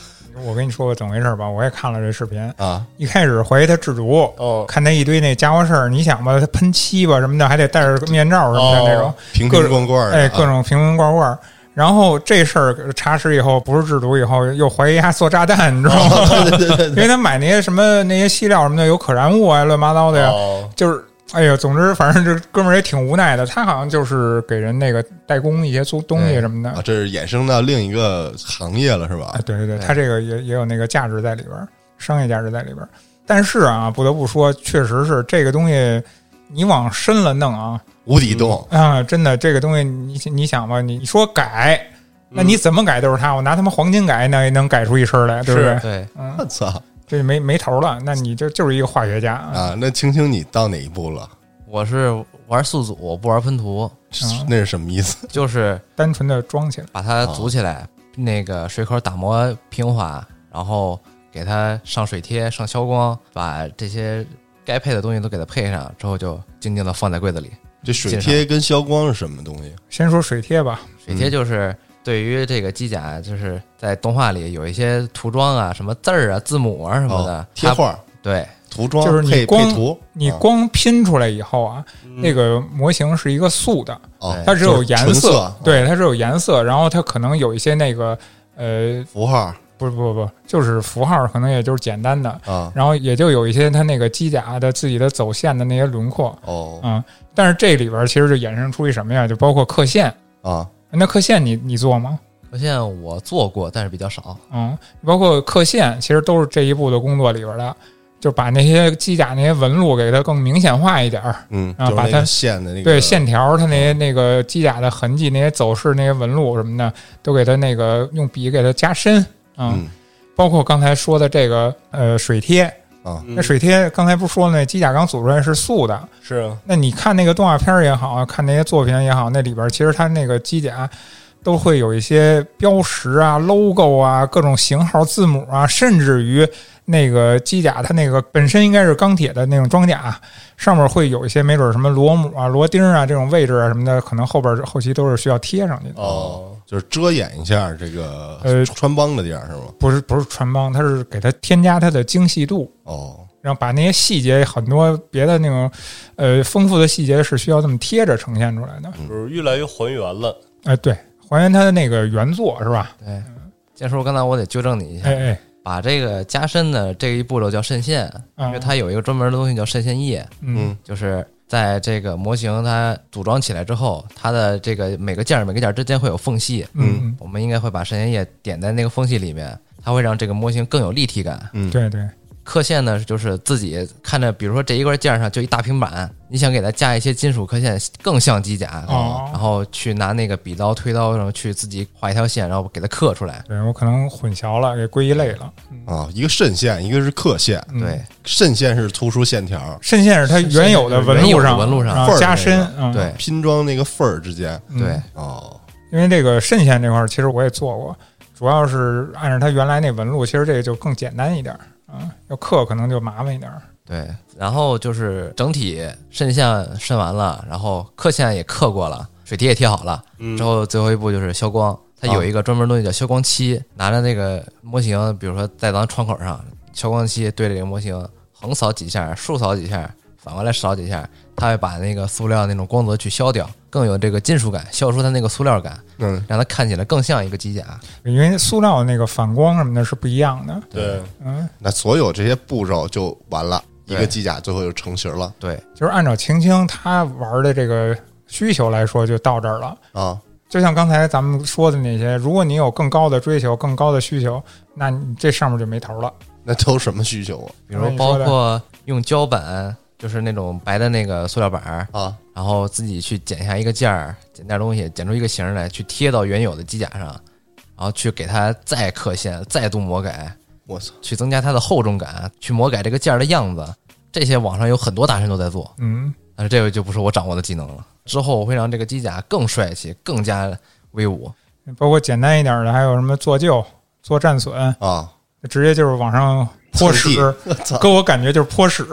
Speaker 1: 我跟你说个怎么回事吧，我也看了这视频。
Speaker 2: 啊，
Speaker 1: 一开始怀疑他制毒，
Speaker 5: 哦
Speaker 1: 看他一堆那家伙事儿，你想吧，他喷漆吧什么的，还得戴着面罩什么的
Speaker 5: 哦
Speaker 1: 那种，
Speaker 2: 瓶
Speaker 1: 各
Speaker 2: 瓶
Speaker 1: 种
Speaker 2: 罐罐的、啊，
Speaker 1: 哎，各种瓶瓶罐罐。然后这事儿查实以后，不是制毒以后，又怀疑他做炸弹，你知道吗？
Speaker 2: 哦对对对
Speaker 1: 因为他买那些什么那些稀料什么的，有可燃物啊，乱七八糟的呀。
Speaker 5: 哦，
Speaker 1: 就是哎呀，总之反正这哥们儿也挺无奈的，他好像就是给人那个代工一些租东西什么的。
Speaker 2: 啊，这是衍生到另一个行业了，是吧
Speaker 1: 啊，？对对对，他这个也也有那个价值在里边儿，商业价值在里边儿。但是啊，不得不说，确实是这个东西，你往深了弄啊
Speaker 2: 无底洞，
Speaker 1: 啊，真的这个东西你，你想吧，你你说改，
Speaker 2: 嗯
Speaker 1: 那你怎么改都是他，我拿他妈黄金改，那也能改出一身儿来，对不
Speaker 5: 是
Speaker 2: 哎
Speaker 1: 对？
Speaker 3: 对，
Speaker 1: 嗯
Speaker 2: 我，操
Speaker 1: 这没没头儿了，那你就就是一个化学家啊。
Speaker 2: 啊！那青青你到哪一步了？
Speaker 3: 我是玩宿组，我不玩喷涂，
Speaker 1: 嗯
Speaker 2: 那是什么意思？
Speaker 3: 就是
Speaker 1: 单纯的装起来，
Speaker 3: 把它组起来，那个水口打磨平滑，然后给它上水贴、上消光，把这些该配的东西都给它配上，之后就静静的放在柜子里。
Speaker 2: 这水
Speaker 3: 介绍
Speaker 2: 贴跟消光是什么东西？
Speaker 1: 先说水贴
Speaker 2: 啊
Speaker 1: 吧，
Speaker 3: 水
Speaker 2: 嗯
Speaker 3: 贴就是对于这个机甲，就是在动画里有一些涂装啊，什么字儿啊、字母啊什么的，
Speaker 2: 哦，贴
Speaker 3: 它
Speaker 2: 画儿、
Speaker 3: 对
Speaker 2: 涂装
Speaker 1: 就是你
Speaker 2: 配
Speaker 1: 光
Speaker 2: 配图，
Speaker 1: 你
Speaker 2: 啊
Speaker 1: 光拼出来以后啊，那个模型是一个素的，
Speaker 2: 哦，
Speaker 1: 它只有颜
Speaker 2: 嗯就是纯色啊
Speaker 1: 对，它只有颜色，然后它可能有一些那个呃，
Speaker 2: 符号
Speaker 1: 不是不不不，就是符号，可能也就是简单的，
Speaker 2: 啊，
Speaker 1: 然后也就有一些它那个机甲的自己的走线的那些轮廓，
Speaker 2: 哦
Speaker 1: 嗯，但是这里边其实就衍生出一什么呀？就包括刻线，
Speaker 2: 啊，
Speaker 1: 那刻线你你做吗？
Speaker 3: 我现在我做过，但是比较少。
Speaker 1: 嗯，包括刻线，其实都是这一步的工作里边的，就把那些机甲那些纹路给它更明显化一点儿。
Speaker 2: 嗯，
Speaker 1: 啊
Speaker 2: 就是
Speaker 1: 把
Speaker 2: 那
Speaker 1: 它
Speaker 2: 个线的那个
Speaker 1: 对线条，它那些那个机甲的痕迹、那些走势、那些纹路什么的，都给它那个用笔给它加深啊。
Speaker 2: 嗯
Speaker 1: 包括刚才说的这个呃水贴，
Speaker 2: 啊，
Speaker 1: 那水贴刚才不是说了那机甲刚组出来是素的，
Speaker 5: 是啊
Speaker 1: 那你看那个动画片儿也好啊看那些作品也好，那里边其实它那个机甲都会有一些标识啊、logo 啊、各种型号、字母啊，甚至于那个机甲它那个本身应该是钢铁的那种装甲，啊上面会有一些没准儿什么螺母啊、螺钉啊这种位置啊什么的，可能后边儿后期都是需要贴上去的。
Speaker 5: 哦，
Speaker 2: 就是遮掩一下这个
Speaker 1: 呃
Speaker 2: 穿帮的地儿是吗？
Speaker 1: 不是不是穿帮，它是给它添加它的精细度。
Speaker 2: 哦，
Speaker 1: 然后把那些细节很多别的那种，呃，丰富的细节是需要这么贴着呈现出来的。
Speaker 5: 就是越来越还原了。
Speaker 1: 哎，对，还原它的那个原作是吧？
Speaker 3: 对，建叔，刚才我得纠正你一下，
Speaker 1: 哎哎，
Speaker 3: 把这个加深的这一步骤叫渗线，
Speaker 1: 嗯
Speaker 3: 因为它有一个专门的东西叫渗线液，
Speaker 1: 嗯
Speaker 3: 就是在这个模型它组装起来之后，它的这个每个件儿每个件儿之间会有缝隙，
Speaker 1: 嗯，
Speaker 3: 我们应该会把渗线液点在那个缝隙里面，它会让这个模型更有立体感。
Speaker 1: 嗯对对，
Speaker 3: 刻线呢，就是自己看着，比如说这一块件儿上就一大平板，你想给它加一些金属刻线，更像机甲，
Speaker 1: 哦
Speaker 3: 然后去拿那个笔刀、推刀，然后去自己画一条线，然后给它刻出来。
Speaker 1: 对我可能混淆了，给归一类了。
Speaker 2: 啊，一个渗线，一个是刻线。
Speaker 1: 嗯
Speaker 3: 对，
Speaker 2: 渗线是突出线条，
Speaker 1: 渗线是它原有的纹
Speaker 3: 原有
Speaker 1: 路
Speaker 3: 的
Speaker 1: 上，
Speaker 3: 纹路上
Speaker 1: 然
Speaker 2: 缝
Speaker 1: 后
Speaker 2: 儿
Speaker 1: 加
Speaker 2: 那
Speaker 1: 深
Speaker 2: 个，
Speaker 1: 嗯
Speaker 3: 对，
Speaker 2: 拼装那个缝儿之间。
Speaker 1: 嗯
Speaker 3: 对，
Speaker 2: 哦，
Speaker 1: 因为这个渗线这块儿，其实我也做过，主要是按照它原来那纹路，其实这个就更简单一点儿啊。要刻可能就麻烦一点儿。
Speaker 3: 对，然后就是整体渗线渗完了，然后刻线也刻过了，水贴也贴好了，之后最后一步就是消光。它有一个专门东西叫消光漆，拿着那个模型，比如说在咱窗口上，消光漆对着这个模型横扫几下，竖扫几下，反过来扫几下，它会把那个塑料那种光泽去消掉，更有这个金属感，消除它那个塑料感，
Speaker 2: 嗯，
Speaker 3: 让它看起来更像一个机甲。
Speaker 1: 因为塑料那个反光什么的是不一样的，
Speaker 5: 对，
Speaker 1: 嗯，
Speaker 2: 那所有这些步骤就完了，一
Speaker 3: 对
Speaker 2: 个机甲最后就成型了
Speaker 3: 对，
Speaker 1: 就是按照晴晴她玩的这个需求来说，就到这儿了。
Speaker 2: 啊。
Speaker 1: 就像刚才咱们说的那些，如果你有更高的追求、更高的需求，那你这上面就没头了。
Speaker 2: 那都什么需求啊
Speaker 3: 比如包括用胶板，就是那种白的那个塑料板儿，
Speaker 2: 啊？啊，
Speaker 3: 然后自己去剪下一个件儿，剪点东西，剪出一个形儿来，去贴到原有的机甲上，然后去给它再刻线、再度魔改，
Speaker 2: 我操！
Speaker 3: 去增加它的厚重感，去魔改这个件儿的样子。这些网上有很多大神都在做，
Speaker 1: 嗯，
Speaker 3: 但是这个就不是我掌握的技能了。之后我会让这个机甲更帅气、更加威武。
Speaker 1: 包括简单一点的，还有什么做旧、做战损，
Speaker 2: 啊，
Speaker 1: 直接就是往上泼屎
Speaker 2: 蹭，啊
Speaker 1: 给我感觉就是泼屎，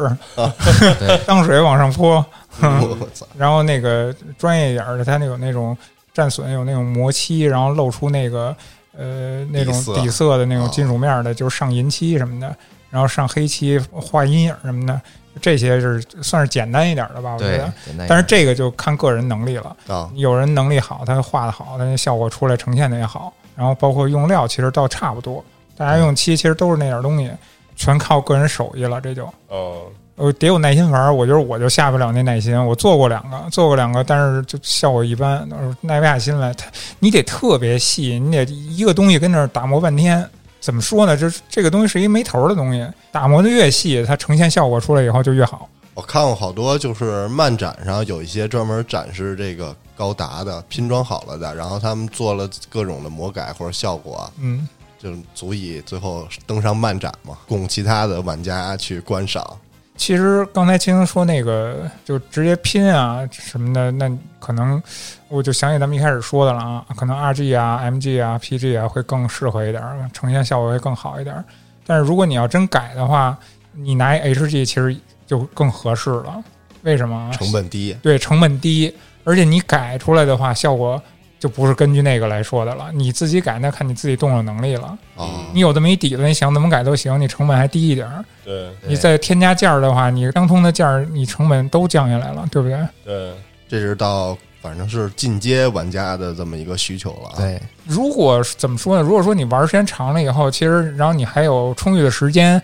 Speaker 1: 脏水往上泼。
Speaker 2: 我操！
Speaker 1: 然后那个专业一点儿的，它那有那种战损，有那种磨漆，然后露出那个呃那种
Speaker 2: 底色
Speaker 1: 底色的那种
Speaker 2: 哦
Speaker 1: 金属面儿的，就是上银漆什么的，然后上黑漆画阴影什么的，这些是算是简单一点儿的吧，我觉
Speaker 3: 对
Speaker 1: 得。，
Speaker 3: 简单一点
Speaker 1: 但是这个就看个人能力了，
Speaker 2: 啊，
Speaker 1: 有人能力好，他画的好，他那效果出来呈现的也好，然后包括用料其实倒差不多，大家用漆其实都是那点儿东西，全靠个人手艺了，这就。
Speaker 5: 嗯，
Speaker 1: 我得有耐心玩儿，我觉得我就下不了那耐心。我做过两个，做过两个，但是就效果一般，呃耐不下心来。它你得特别细，你得一个东西跟那儿打磨半天。怎么说呢？就是这个东西是一没头儿的东西，打磨的越细，它呈现效果出来以后就越好。
Speaker 2: 我看过好多，就是漫展上有一些专门展示这个高达的拼装好了的，然后他们做了各种的魔改或者效果，
Speaker 1: 嗯，
Speaker 2: 就足以最后登上漫展嘛，供其他的玩家去观赏。
Speaker 1: 其实刚才青青说那个就直接拼啊什么的，那可能我就想起咱们一开始说的了啊，可能 RG 啊、MG 啊、PG 啊会更适合一点儿，呈现效果会更好一点儿。但是如果你要真改的话，你拿一 HG 其实就更合适了。为什么啊？
Speaker 2: 成本低，
Speaker 1: 对成本低，而且你改出来的话，效果就不是根据那个来说的了。你自己改，那看你自己动手能力了。
Speaker 2: 啊
Speaker 1: 你有这么一底子，你想怎么改都行，你成本还低一点儿。
Speaker 5: 对
Speaker 3: 对
Speaker 1: 你再添加件儿的话，你相同的件儿，你成本都降下来了，对不对？
Speaker 5: 对，
Speaker 2: 这是到反正是进阶玩家的这么一个需求了、啊。，
Speaker 3: 对
Speaker 1: 如果是怎么说呢？如果说你玩儿时间长了以后，其实然后你还有充裕的时间，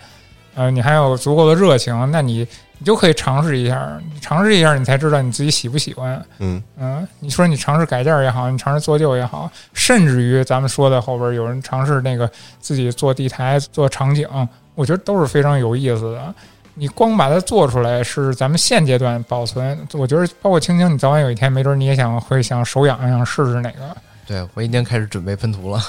Speaker 1: 呃，你还有足够的热情，那你你就可以尝试一下儿，你尝试一下儿，你才知道你自己喜不喜欢。
Speaker 2: 嗯，
Speaker 1: 嗯，你说你尝试改件儿也好，你尝试做旧也好，甚至于咱们说的后边儿有人尝试那个自己做地台、做场景，我觉得都是非常有意思的。你光把它做出来是咱们现阶段保存，我觉得包括青青，你早晚有一天没准你也想会想手痒痒试试哪个。
Speaker 3: 对，我已经开始准备喷涂了。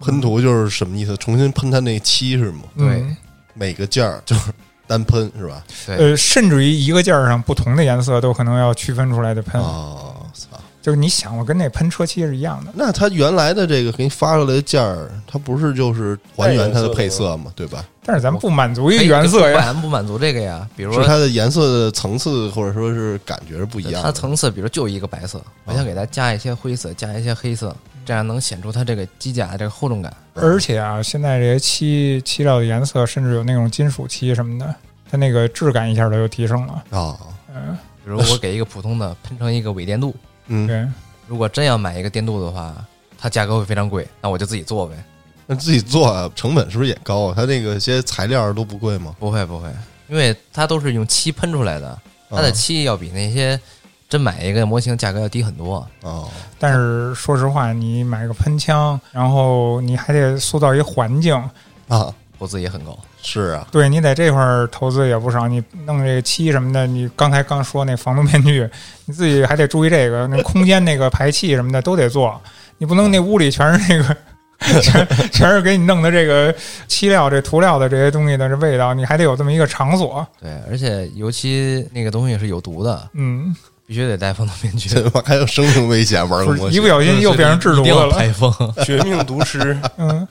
Speaker 2: 喷涂就是什么意思？重新喷它那漆是吗？
Speaker 3: 对
Speaker 1: 嗯
Speaker 2: 每个件儿就是单喷是吧？
Speaker 3: 对
Speaker 1: 呃，甚至于一个件儿上不同的颜色都可能要区分出来的喷，
Speaker 2: 哦，操！
Speaker 1: 就是你想我跟那喷车漆是一样的。
Speaker 2: 那它原来的这个给你发过来的件儿，它不是就是还原它的配色吗？对吧？
Speaker 1: 但是咱们不满足于
Speaker 3: 哎
Speaker 1: 原色
Speaker 3: 不
Speaker 1: 呀，
Speaker 3: 满不满足这个呀？比如
Speaker 2: 是
Speaker 3: 说
Speaker 2: 它的颜色的层次或者说是感觉是不一样
Speaker 3: 它
Speaker 2: 的。
Speaker 3: 层次，比如就一个白色，我想给它加一些灰色，加一些黑色，这样能显出它这个机甲的这个厚重感。
Speaker 2: 嗯
Speaker 1: 而且啊，现在这些漆漆料的颜色，甚至有那种金属漆什么的，它那个质感一下它就提升了。
Speaker 2: 哦，
Speaker 1: 嗯，
Speaker 3: 比如我给一个普通的喷成一个伪电镀，
Speaker 2: 嗯，
Speaker 1: 对，
Speaker 3: 如果真要买一个电镀的话，它价格会非常贵，那我就自己做呗。
Speaker 2: 那自己做成本是不是也高啊？它那个些材料都不贵啊吗？
Speaker 3: 不会不会，因为它都是用漆喷出来的，它的漆要比那些真买一个模型价格要低很多。
Speaker 2: 哦，
Speaker 1: 但是说实话，你买个喷枪，然后你还得塑造一环境，
Speaker 2: 啊，
Speaker 3: 投资也很高，
Speaker 2: 是啊，
Speaker 1: 对你在这块儿投资也不少。你弄这个漆什么的，你刚才刚说那防毒面具，你自己还得注意这个，那空间那个排气什么的都得做，你不能那屋里全是那个。全全是给你弄的这个漆料、这涂料的这些东西的这味道，你还得有这么一个场所，
Speaker 3: 对，而且尤其那个东西是有毒的，
Speaker 1: 嗯，
Speaker 3: 必须得戴防毒面 具，
Speaker 2: 这他妈还有生命危险玩
Speaker 1: 不
Speaker 2: 个
Speaker 1: 是
Speaker 2: 模
Speaker 1: 一
Speaker 2: 型
Speaker 1: 不小心又变成制毒
Speaker 3: 一定
Speaker 1: 的
Speaker 3: 要
Speaker 1: 了。
Speaker 3: 排风。
Speaker 5: 绝命毒 师，
Speaker 1: 嗯，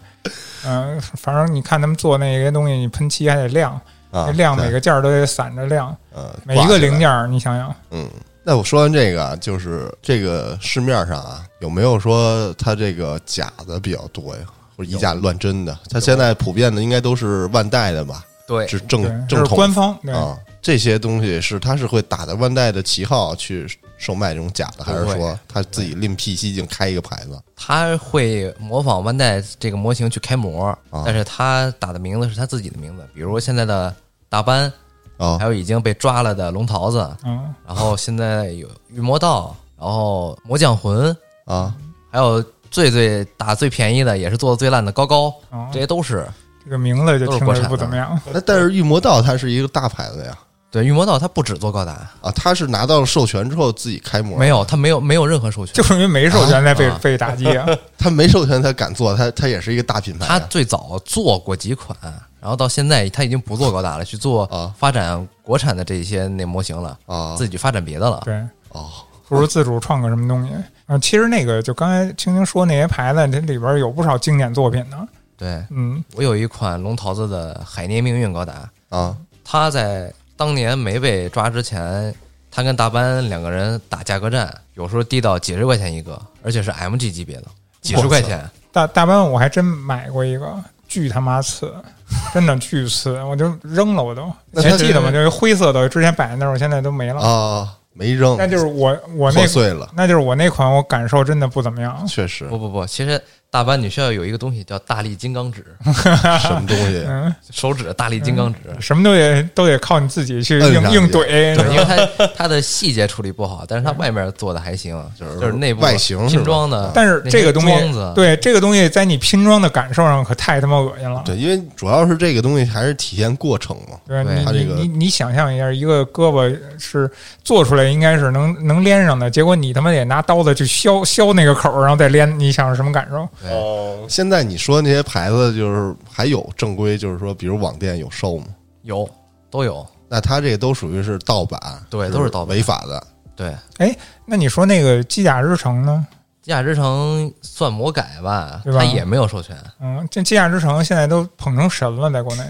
Speaker 1: 嗯，反正你看他们做那些东西，你喷漆还得亮，
Speaker 2: 啊
Speaker 1: 那，亮
Speaker 2: 对
Speaker 1: 每个件儿都得散着亮，
Speaker 2: 呃
Speaker 1: 每一个零。
Speaker 2: 挂起来
Speaker 1: 件儿你想想，
Speaker 2: 嗯，那我说完这个啊，就是这个市面上啊，有没有说它这个假的比较多呀？或者以假乱真的？它现在普遍的应该都是万代的吧？
Speaker 3: 对，
Speaker 2: 是
Speaker 1: 对
Speaker 2: 嗯正，
Speaker 1: 这
Speaker 2: 正
Speaker 1: 是
Speaker 2: 统
Speaker 1: 官方对。
Speaker 2: 啊，这些东西是它是会打着万代的旗号去售卖这种假的，还是
Speaker 3: 不会
Speaker 2: 说他自己另辟蹊径开一个牌子？
Speaker 3: 他会模仿万代这个模型去开模，
Speaker 2: 啊
Speaker 3: 但是他打的名字是他自己的名字，比如现在的大班，
Speaker 2: 啊
Speaker 3: 还有已经被抓了的龙桃子，
Speaker 1: 嗯，
Speaker 3: 然后现在有御魔道，然后魔将魂，
Speaker 2: 啊，
Speaker 3: 还有最最打最便宜的，也是做的最烂的高高，
Speaker 1: 哦
Speaker 3: 这些都是
Speaker 1: 这个名字就听
Speaker 3: 都是国
Speaker 1: 着
Speaker 3: 产
Speaker 1: 不
Speaker 3: 的
Speaker 1: 怎么样。
Speaker 2: 那但是御魔道它是一个大牌子呀，
Speaker 3: 对御魔道，它不只做高达，
Speaker 2: 啊，它是拿到了授权之后自己开模，
Speaker 3: 没有它没有没有任何授权，
Speaker 1: 就是因为没授权才被
Speaker 3: 啊
Speaker 1: 被打击啊！
Speaker 2: 他没授权他敢做，他他也是一个大品牌
Speaker 3: 他
Speaker 2: 啊。
Speaker 3: 最早做过几款，然后到现在他已经不做高达了，去做
Speaker 2: 啊
Speaker 3: 发展国产的这些那模型了，
Speaker 2: 啊
Speaker 3: 自己去发展别的了。
Speaker 1: 对，
Speaker 2: 哦，
Speaker 1: 不如自主创个什么东西啊！其实那个就刚才青青说那些牌子，这里边有不少经典作品呢。
Speaker 3: 对
Speaker 1: 嗯，
Speaker 3: 我有一款龙桃子的海涅命运高达，
Speaker 2: 啊
Speaker 3: 他在当年没被抓之前，他跟大班两个人打价格战，有时候低到几十块钱一个，而且是 MG 级别的，几十块钱。
Speaker 1: 大大班我还真买过一个，巨他妈次， 真的巨次，我就扔了，我都。
Speaker 2: 那
Speaker 1: 你
Speaker 2: 它
Speaker 1: 还记得吗？
Speaker 2: 是
Speaker 1: 就是灰色的，之前摆在那儿，我现在都没了。
Speaker 2: 啊，没扔，
Speaker 1: 那就是我我那
Speaker 2: 破碎了，
Speaker 1: 那就是我那款，我感受真的不怎么样。
Speaker 2: 确实
Speaker 3: 不不不，其实大班你需要有一个东西叫大力金 刚指，
Speaker 2: 什么东西
Speaker 1: 嗯，
Speaker 3: 手指大力金刚指。
Speaker 2: 嗯
Speaker 1: 什么都得都得靠你自己去
Speaker 2: 摁
Speaker 1: 硬
Speaker 2: 上去
Speaker 1: 硬怼，
Speaker 3: 对，因为它它的细节处理不好，但是它外面做的还行，
Speaker 2: 就是
Speaker 3: 就是内部
Speaker 2: 外形是吧
Speaker 3: 拼装的。
Speaker 1: 但是这个东
Speaker 3: 那些装
Speaker 1: 西
Speaker 3: 子，
Speaker 1: 对这个东西在你拼装的感受上可太他妈恶心了。
Speaker 2: 对，因为主要是这个东西还是体现过程嘛。
Speaker 1: 对
Speaker 3: 对
Speaker 1: 你
Speaker 2: 它这个
Speaker 1: 你你你想象一下，一个胳膊是做出来应该是能能连上的，结果你他妈得拿刀子去削削那个口儿，然后再连，你想是什么感受？
Speaker 3: 对
Speaker 5: 哦，
Speaker 2: 现在你说那些牌子，就是还有正规，就是说，比如网店有售吗？
Speaker 3: 有都有，
Speaker 2: 那它这个都属于是盗版，
Speaker 3: 对都是盗版
Speaker 2: 违法的。
Speaker 3: 对。
Speaker 1: 哎那你说那个机甲之城呢？
Speaker 3: 机甲之城算魔改吧，
Speaker 1: 对吧
Speaker 3: 它也没有授权，
Speaker 1: 嗯，这机甲之城现在都捧成神了，在国内，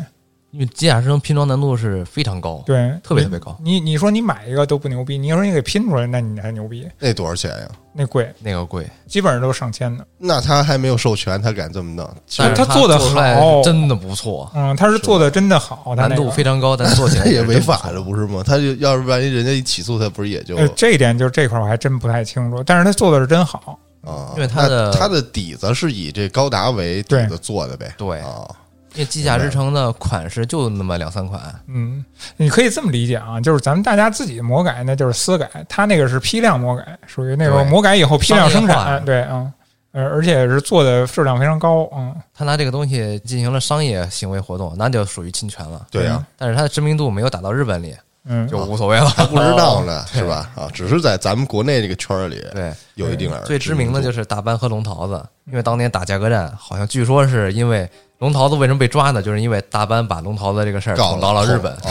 Speaker 3: 因为机甲之城拼装难度是非常高，
Speaker 1: 对，
Speaker 3: 特别特别高。
Speaker 1: 你你说你买一个都不牛逼，你要说你给拼出来，那你还牛逼，
Speaker 2: 那多少钱呀？
Speaker 1: 那贵，
Speaker 3: 那个贵，
Speaker 1: 基本上都上千的。
Speaker 2: 那他还没有授权，他敢这么弄？其
Speaker 3: 但
Speaker 2: 实
Speaker 3: 是
Speaker 1: 他
Speaker 3: 它
Speaker 1: 做得
Speaker 3: 出来
Speaker 1: 好
Speaker 3: 是真的不错，
Speaker 1: 嗯，他是做的真的好，他那
Speaker 3: 难
Speaker 1: 个
Speaker 3: 度非常高，但做起
Speaker 2: 他
Speaker 3: 来
Speaker 2: 哦 也
Speaker 3: 是
Speaker 2: 违
Speaker 3: 真不
Speaker 2: 法
Speaker 3: 错
Speaker 2: 了，不是吗？他就要是万一人家一起诉，他不是也就
Speaker 1: 呃，这一点就是这块儿我还真不太清楚，但是他做的是真好。
Speaker 2: 啊？
Speaker 3: 因为它的
Speaker 2: 那他的底子是以这高达为底子
Speaker 1: 对
Speaker 2: 做的呗。
Speaker 3: 对
Speaker 2: 啊，
Speaker 3: 因为机甲之城的款式就那么两三款，
Speaker 1: 嗯，你可以这么理解啊，就是咱们大家自己魔改，那就是私改，他那个是批量魔改，属于那种
Speaker 3: 对
Speaker 1: 魔改以后批量生
Speaker 3: 商业
Speaker 1: 产，
Speaker 3: 化
Speaker 1: 对啊，呃，而且是做的质量非常高，嗯，
Speaker 3: 它拿这个东西进行了商业行为活动，那就属于侵权了。
Speaker 2: 对呀、哦
Speaker 3: 但是它的知名度没有打到日本里，
Speaker 1: 嗯，
Speaker 3: 就无所谓了。
Speaker 2: 还不知道呢，是吧？啊，只是在咱们国内这个圈儿里
Speaker 3: 对，
Speaker 2: 有一定的
Speaker 3: 最知名的就是是大班和龙桃子，因
Speaker 2: 嗯
Speaker 3: 为当年打价格战，好像据说是因为龙桃子为什么被抓呢？就是因为大班把龙桃子这个事儿
Speaker 2: 搞
Speaker 3: 捅到了日本。
Speaker 2: 啊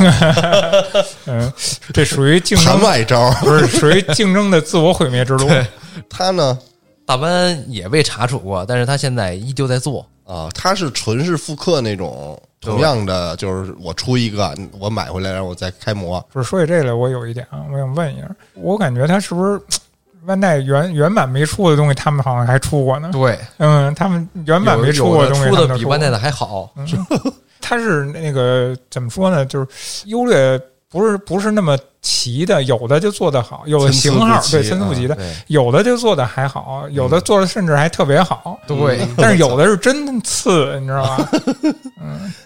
Speaker 1: 嗯，这属于竞
Speaker 2: 盘
Speaker 1: 争，
Speaker 2: 外招。
Speaker 1: 不是属于竞争的自我毁灭之 路。
Speaker 2: 他呢
Speaker 3: 大班也被查处过，但是他现在依旧在做。
Speaker 2: 啊，他是纯是复刻那种，
Speaker 3: 对
Speaker 2: 同样的就是我出一个，我买回来，然后我再开模。
Speaker 1: 不是说起这来，我有一点啊，我想问一下，我感觉他是不是万代原原版没出的东西，他们好像还出过呢？
Speaker 3: 对，
Speaker 1: 嗯，他们原版没出过
Speaker 3: 有的
Speaker 1: 东西，他
Speaker 3: 出
Speaker 1: 们
Speaker 3: 的
Speaker 1: 都
Speaker 3: 比
Speaker 1: 出
Speaker 3: 万
Speaker 1: 过嗯
Speaker 3: 代的还好。
Speaker 1: 他是那个怎么说呢？就是优劣不是不是那么齐的，有的就做得好，有的型号
Speaker 2: 参差不齐啊嗯
Speaker 1: 对参差不齐的，
Speaker 3: 对
Speaker 1: 有的就做的还好，有的做的甚至还特别好，
Speaker 3: 对，
Speaker 1: 但是有的是真次，你知道 吧？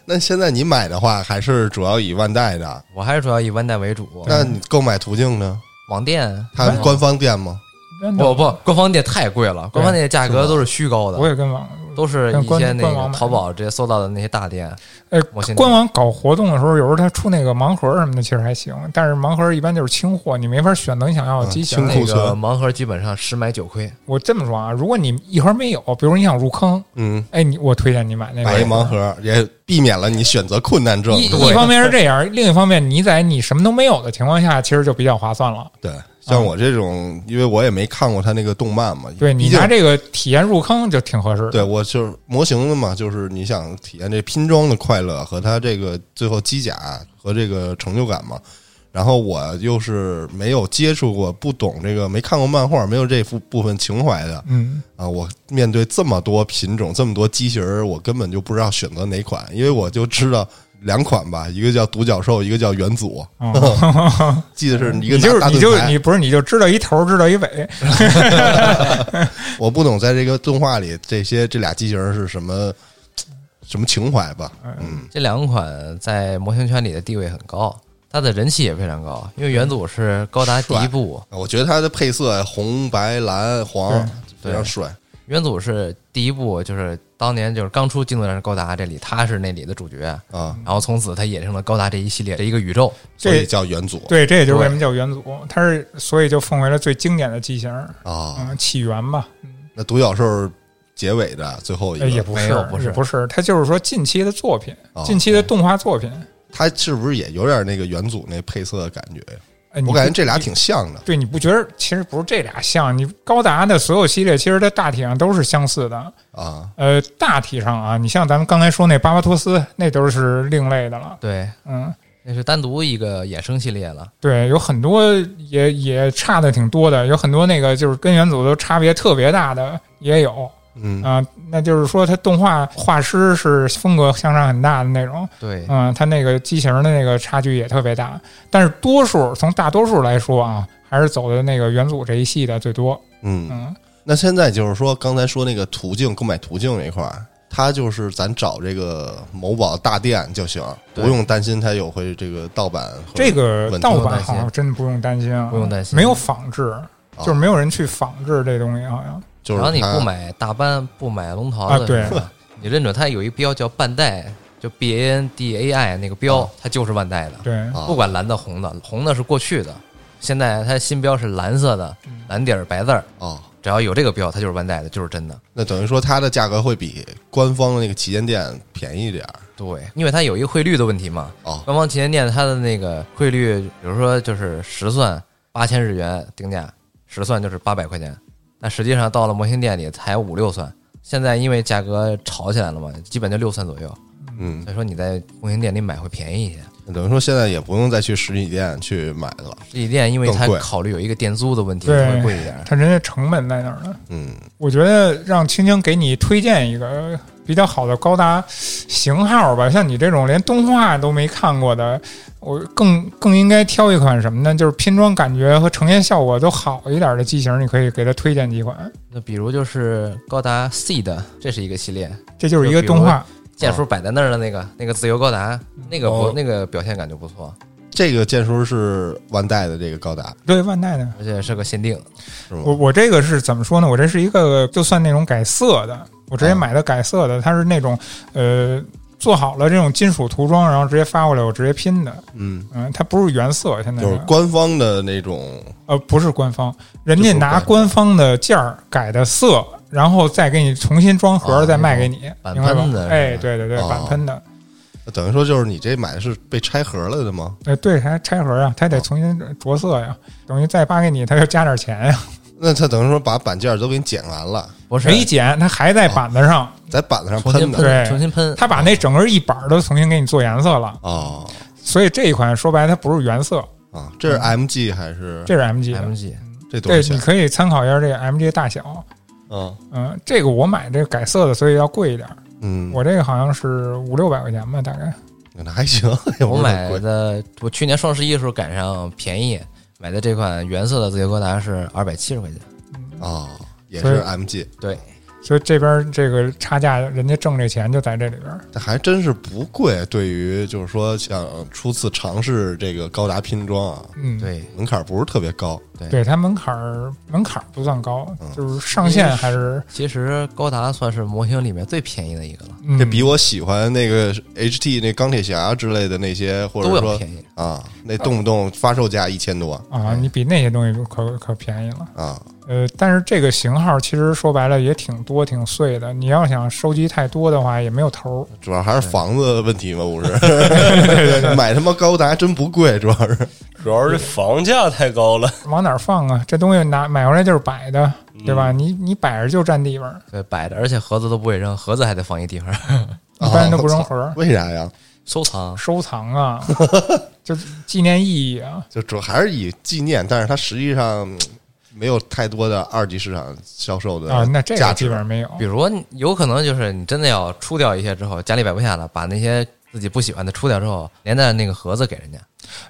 Speaker 2: 那现在你买的话，还是主要以万代的，
Speaker 3: 我还是主要以万代为主。嗯
Speaker 2: 那你购买途径呢？
Speaker 3: 网店，
Speaker 2: 它官方店吗？
Speaker 1: 真的
Speaker 3: 不不，官方店太贵了，官方店价格都是虚高
Speaker 1: 我
Speaker 3: 的，
Speaker 1: 也跟网
Speaker 3: 都是
Speaker 1: 跟
Speaker 3: 一
Speaker 1: 官
Speaker 3: 些那
Speaker 1: 官网
Speaker 3: 个
Speaker 1: 买
Speaker 3: 淘宝直接搜到的那些大店。
Speaker 1: 呃
Speaker 3: 我现在
Speaker 1: 官网搞活动的时候，有时候它出那个盲盒什么的，其实还行，但是盲盒一般就是清货，你没法选择你想要的机型。哎
Speaker 2: 嗯清
Speaker 3: 那
Speaker 2: 库
Speaker 3: 个
Speaker 2: 存
Speaker 3: 盲盒基本上十买九亏，
Speaker 1: 我这么说啊，如果你一盒没有，比如你想入坑，
Speaker 2: 嗯，
Speaker 1: 哎，你我推荐你买那个
Speaker 2: 买一盲盒也避免了你选择困难症
Speaker 1: 一。
Speaker 2: 对
Speaker 1: 一方面是这样，另一方面你在你什么都没有的情况下，其实就比较划算了。
Speaker 2: 对，像我这种，因为我也没看过他那个动漫嘛，
Speaker 1: 对你
Speaker 2: 毕竟
Speaker 1: 拿这个体验入坑就挺合适的。
Speaker 2: 对我就是模型的嘛，就是你想体验这拼装的快乐和它这个最后机甲和这个成就感嘛。然后我又是没有接触过、不懂这个、没看过漫画、没有这部部分情怀的
Speaker 1: 嗯，
Speaker 2: 啊，我面对这么多品种、这么多机型儿，我根本就不知道选择哪款，因为我就知道两款吧，一个叫独角兽，一个叫元祖，
Speaker 1: 哦
Speaker 2: 记得是 一个
Speaker 1: 你就
Speaker 2: 拿
Speaker 1: 是
Speaker 2: 大
Speaker 1: 你
Speaker 2: 盾
Speaker 1: 就
Speaker 2: 牌
Speaker 1: 你不是你就知道一头知道一尾，
Speaker 2: 我不懂在这个动画里这些这俩机型儿是什么什么情怀吧，嗯
Speaker 3: 这两款在模型圈里的地位很高，它的人气也非常高，因为元祖是高达第一部，
Speaker 2: 我觉得它的配色红、白、蓝、黄非
Speaker 3: 对
Speaker 2: 常帅。
Speaker 3: 元祖是第一部，就是当年就是刚出《机动战士高达》这里，他是那里的主角，
Speaker 2: 啊，
Speaker 3: 然后从此他衍生了高达这一系列这一个宇宙。
Speaker 2: 所以
Speaker 1: 这
Speaker 2: 叫元祖
Speaker 1: 对，这也就是为什么
Speaker 3: 对
Speaker 1: 叫元祖，它是所以就奉为了最经典的机型，
Speaker 2: 啊。
Speaker 1: 嗯，起源吧，
Speaker 2: 那独角兽结尾的最后一
Speaker 1: 呃也
Speaker 2: 个，
Speaker 1: 不
Speaker 3: 没
Speaker 1: 是
Speaker 3: 有不是
Speaker 1: 也不是，它就是说近期的作品
Speaker 2: 哦，
Speaker 1: 近期的动画作品，
Speaker 2: 它是不是也有点那个元祖那配色的感觉？
Speaker 1: 哎，你
Speaker 2: 我感觉
Speaker 1: 不
Speaker 2: 这俩挺像的。
Speaker 1: 对，你不觉得其实不是这俩像？你高达的所有系列，其实它大体上都是相似的。
Speaker 2: 啊，
Speaker 1: 呃，大体上啊，你像咱们刚才说那巴巴托斯，那都是另类的了。
Speaker 3: 对，
Speaker 1: 嗯，
Speaker 3: 那是单独一个衍生系列了。
Speaker 1: 对，有很多也也差的挺多的，有很多那个就是跟原组都差别特别大的也有
Speaker 2: 嗯，
Speaker 1: 啊、那就是说，它动画画师是风格相差很大的那种，
Speaker 3: 对，
Speaker 1: 嗯，它那个机型的那个差距也特别大。但是多数从大多数来说啊，还是走的那个元祖这一系的最多。
Speaker 2: 嗯，
Speaker 1: 嗯，
Speaker 2: 那现在就是说，刚才说那个途径购买途径那块儿，它就是咱找这个某宝大店就行，不
Speaker 3: 对
Speaker 2: 用担心它有会这个盗版和。
Speaker 1: 这个
Speaker 2: 稳
Speaker 1: 盗
Speaker 3: 不用
Speaker 1: 版
Speaker 3: 担心
Speaker 1: 好像真不用担心啊，
Speaker 3: 不用担心
Speaker 1: 没有仿制，
Speaker 2: 啊
Speaker 1: 就是没有人去仿制这东西，好像。
Speaker 2: 就
Speaker 3: 然后
Speaker 2: 是
Speaker 3: 你
Speaker 2: 它
Speaker 3: 不买大班，不买龙
Speaker 1: 啊
Speaker 3: 桃子，
Speaker 1: 对
Speaker 3: 是吧你认准它有一标叫半代，就 B A N D A I 那个标，它就是万代的。
Speaker 1: 对，
Speaker 2: 啊
Speaker 3: 不管蓝的红的，红的是过去的，现在它新标是蓝色的，蓝底儿白字儿，
Speaker 2: 哦，
Speaker 3: 只要有这个标，它就是万代的，就是真的。
Speaker 2: 那等于说它的价格会比官方的那个旗舰店便宜点儿
Speaker 3: 对，因为它有一个汇率的问题嘛，
Speaker 2: 哦
Speaker 3: 官方旗舰店它的那个汇率，比如说就是十算八千日元定价，十算就是八百块钱，但实际上到了模型店里才五六算。现在因为价格炒起来了嘛，基本就六算左右，
Speaker 2: 嗯，
Speaker 3: 所以说你在模型店里买会便宜一些。
Speaker 2: 那等于说现在也不用再去实体店去买了，
Speaker 3: 实体店因为它
Speaker 2: 更贵
Speaker 3: 考虑有一个店租的问题，
Speaker 1: 对
Speaker 3: 它会贵一点。
Speaker 1: 它人家成本在哪儿呢？
Speaker 2: 嗯，
Speaker 1: 我觉得让青青给你推荐一个比较好的高达型号吧，像你这种连动画都没看过的，我更更应该挑一款什么呢？就是拼装感觉和呈现效果都好一点的机型，你可以给他推荐几款。
Speaker 3: 那比如就是高达 C 的，这是一个系列，
Speaker 1: 这就是一个动画，
Speaker 3: 剑叔摆在那儿的那个、那个自由高达，那个不、
Speaker 2: 哦
Speaker 3: 那个表现感就不错，
Speaker 2: 这个剑叔是万代的这个高达
Speaker 1: 对万代的。
Speaker 3: 而且是个限定。
Speaker 2: 是吗？
Speaker 1: 我我这个是怎么说呢？我这是一个就算那种改色的，我
Speaker 3: 啊
Speaker 1: 直接买的改色的，它是那种呃做好了这种金属涂装，然后直接发过来，我直接拼的。
Speaker 2: 嗯，
Speaker 1: 嗯，它不是原色，现在
Speaker 2: 就是
Speaker 1: 是
Speaker 2: 官方的那种
Speaker 1: 呃不是官方，人家拿
Speaker 2: 这不
Speaker 1: 官方的件儿改的色，然后再给你重新装盒，
Speaker 3: 哦
Speaker 1: 再卖给你，
Speaker 3: 那啊
Speaker 1: 明
Speaker 3: 种
Speaker 1: 白吧
Speaker 3: 板喷的？是吧
Speaker 1: 哎，对对对，
Speaker 2: 哦
Speaker 1: 板喷的，
Speaker 2: 等于说就是你这买的是被拆盒了的吗？
Speaker 1: 呃，对，还拆盒啊，它得重新着色呀，等于再发给你，它就加点钱呀，
Speaker 2: 那他等于说把板件都给你剪完了，
Speaker 3: 不是，
Speaker 1: 没剪，它还在板子上，
Speaker 2: 在板子上
Speaker 3: 重新
Speaker 2: 喷
Speaker 3: 喷，
Speaker 2: 的
Speaker 1: 对
Speaker 3: 重新喷。
Speaker 1: 它把那整个一板儿都重新给你做颜色了。
Speaker 2: 哦
Speaker 1: 所以这一款说白了它不是原色，
Speaker 2: 啊，这是
Speaker 3: 嗯
Speaker 2: MG 还是
Speaker 1: 这是 MG 的。
Speaker 3: MG
Speaker 2: 这多
Speaker 1: 对
Speaker 2: 少，
Speaker 1: 你
Speaker 2: 钱？
Speaker 1: 可以参考一下这个 MG 的大小。
Speaker 2: 嗯
Speaker 1: 嗯，这个我买这个改色的，所以要贵一点。
Speaker 2: 嗯，
Speaker 1: 我这个好像是五六百块钱吧，大概。
Speaker 2: 那还行，也
Speaker 3: 我
Speaker 2: 不是很
Speaker 3: 买
Speaker 2: 贵。
Speaker 3: 的，我去年双十一的时候赶上便宜，买的这款原色的字节高达是二百七十块钱。
Speaker 2: 哦，也
Speaker 1: 所以
Speaker 2: 是 MG，
Speaker 3: 对，
Speaker 1: 所以这边这个差价，人家挣这钱就在这里边儿。
Speaker 2: 但还真是不贵。对于就是说想初次尝试这个高达拼装啊，
Speaker 1: 嗯，
Speaker 3: 对，
Speaker 2: 门槛不是特别高。
Speaker 1: 对，它门槛儿门槛儿不算高，
Speaker 2: 嗯
Speaker 1: 就是上限还是
Speaker 3: 其实高达算是模型里面最便宜的一个了，
Speaker 1: 嗯
Speaker 2: 这比我喜欢那个 HT 那钢铁侠之类的那些，或
Speaker 3: 都
Speaker 2: 者
Speaker 3: 要
Speaker 2: 说
Speaker 3: 便宜。
Speaker 2: 啊，那动不动发售价一千多
Speaker 1: 啊，你比那些东西可可便宜了。
Speaker 2: 啊，
Speaker 1: 呃，但是这个型号其实说白了也挺多挺碎的，你要想收集太多的话也没有头儿。
Speaker 2: 主要还是房子的问题嘛，不是？ 买他妈高达真不贵，主要是
Speaker 5: 主要是房价太 高了，
Speaker 1: 往哪儿放啊？这东西拿买回来就是摆的，
Speaker 3: 嗯
Speaker 1: 对吧？你你摆着就占地方，
Speaker 3: 对，摆的，而且盒子都不会扔，盒子还得放一地方
Speaker 1: 一般
Speaker 3: 哦
Speaker 1: 人都不扔盒儿，
Speaker 2: 为啥呀？
Speaker 3: 收藏。
Speaker 1: 收藏 啊，就是纪念意义啊。
Speaker 2: 就主要还是以纪念，但是它实际上嗯没有太多的二级市场销售的
Speaker 1: 啊，那这
Speaker 2: 价
Speaker 1: 个
Speaker 2: 值
Speaker 1: 基本上没有
Speaker 3: 比。如说你，有可能就是你真的要出掉一些之后，家里摆不下了，把那些自己不喜欢的出掉之后，连带那个盒子给人家。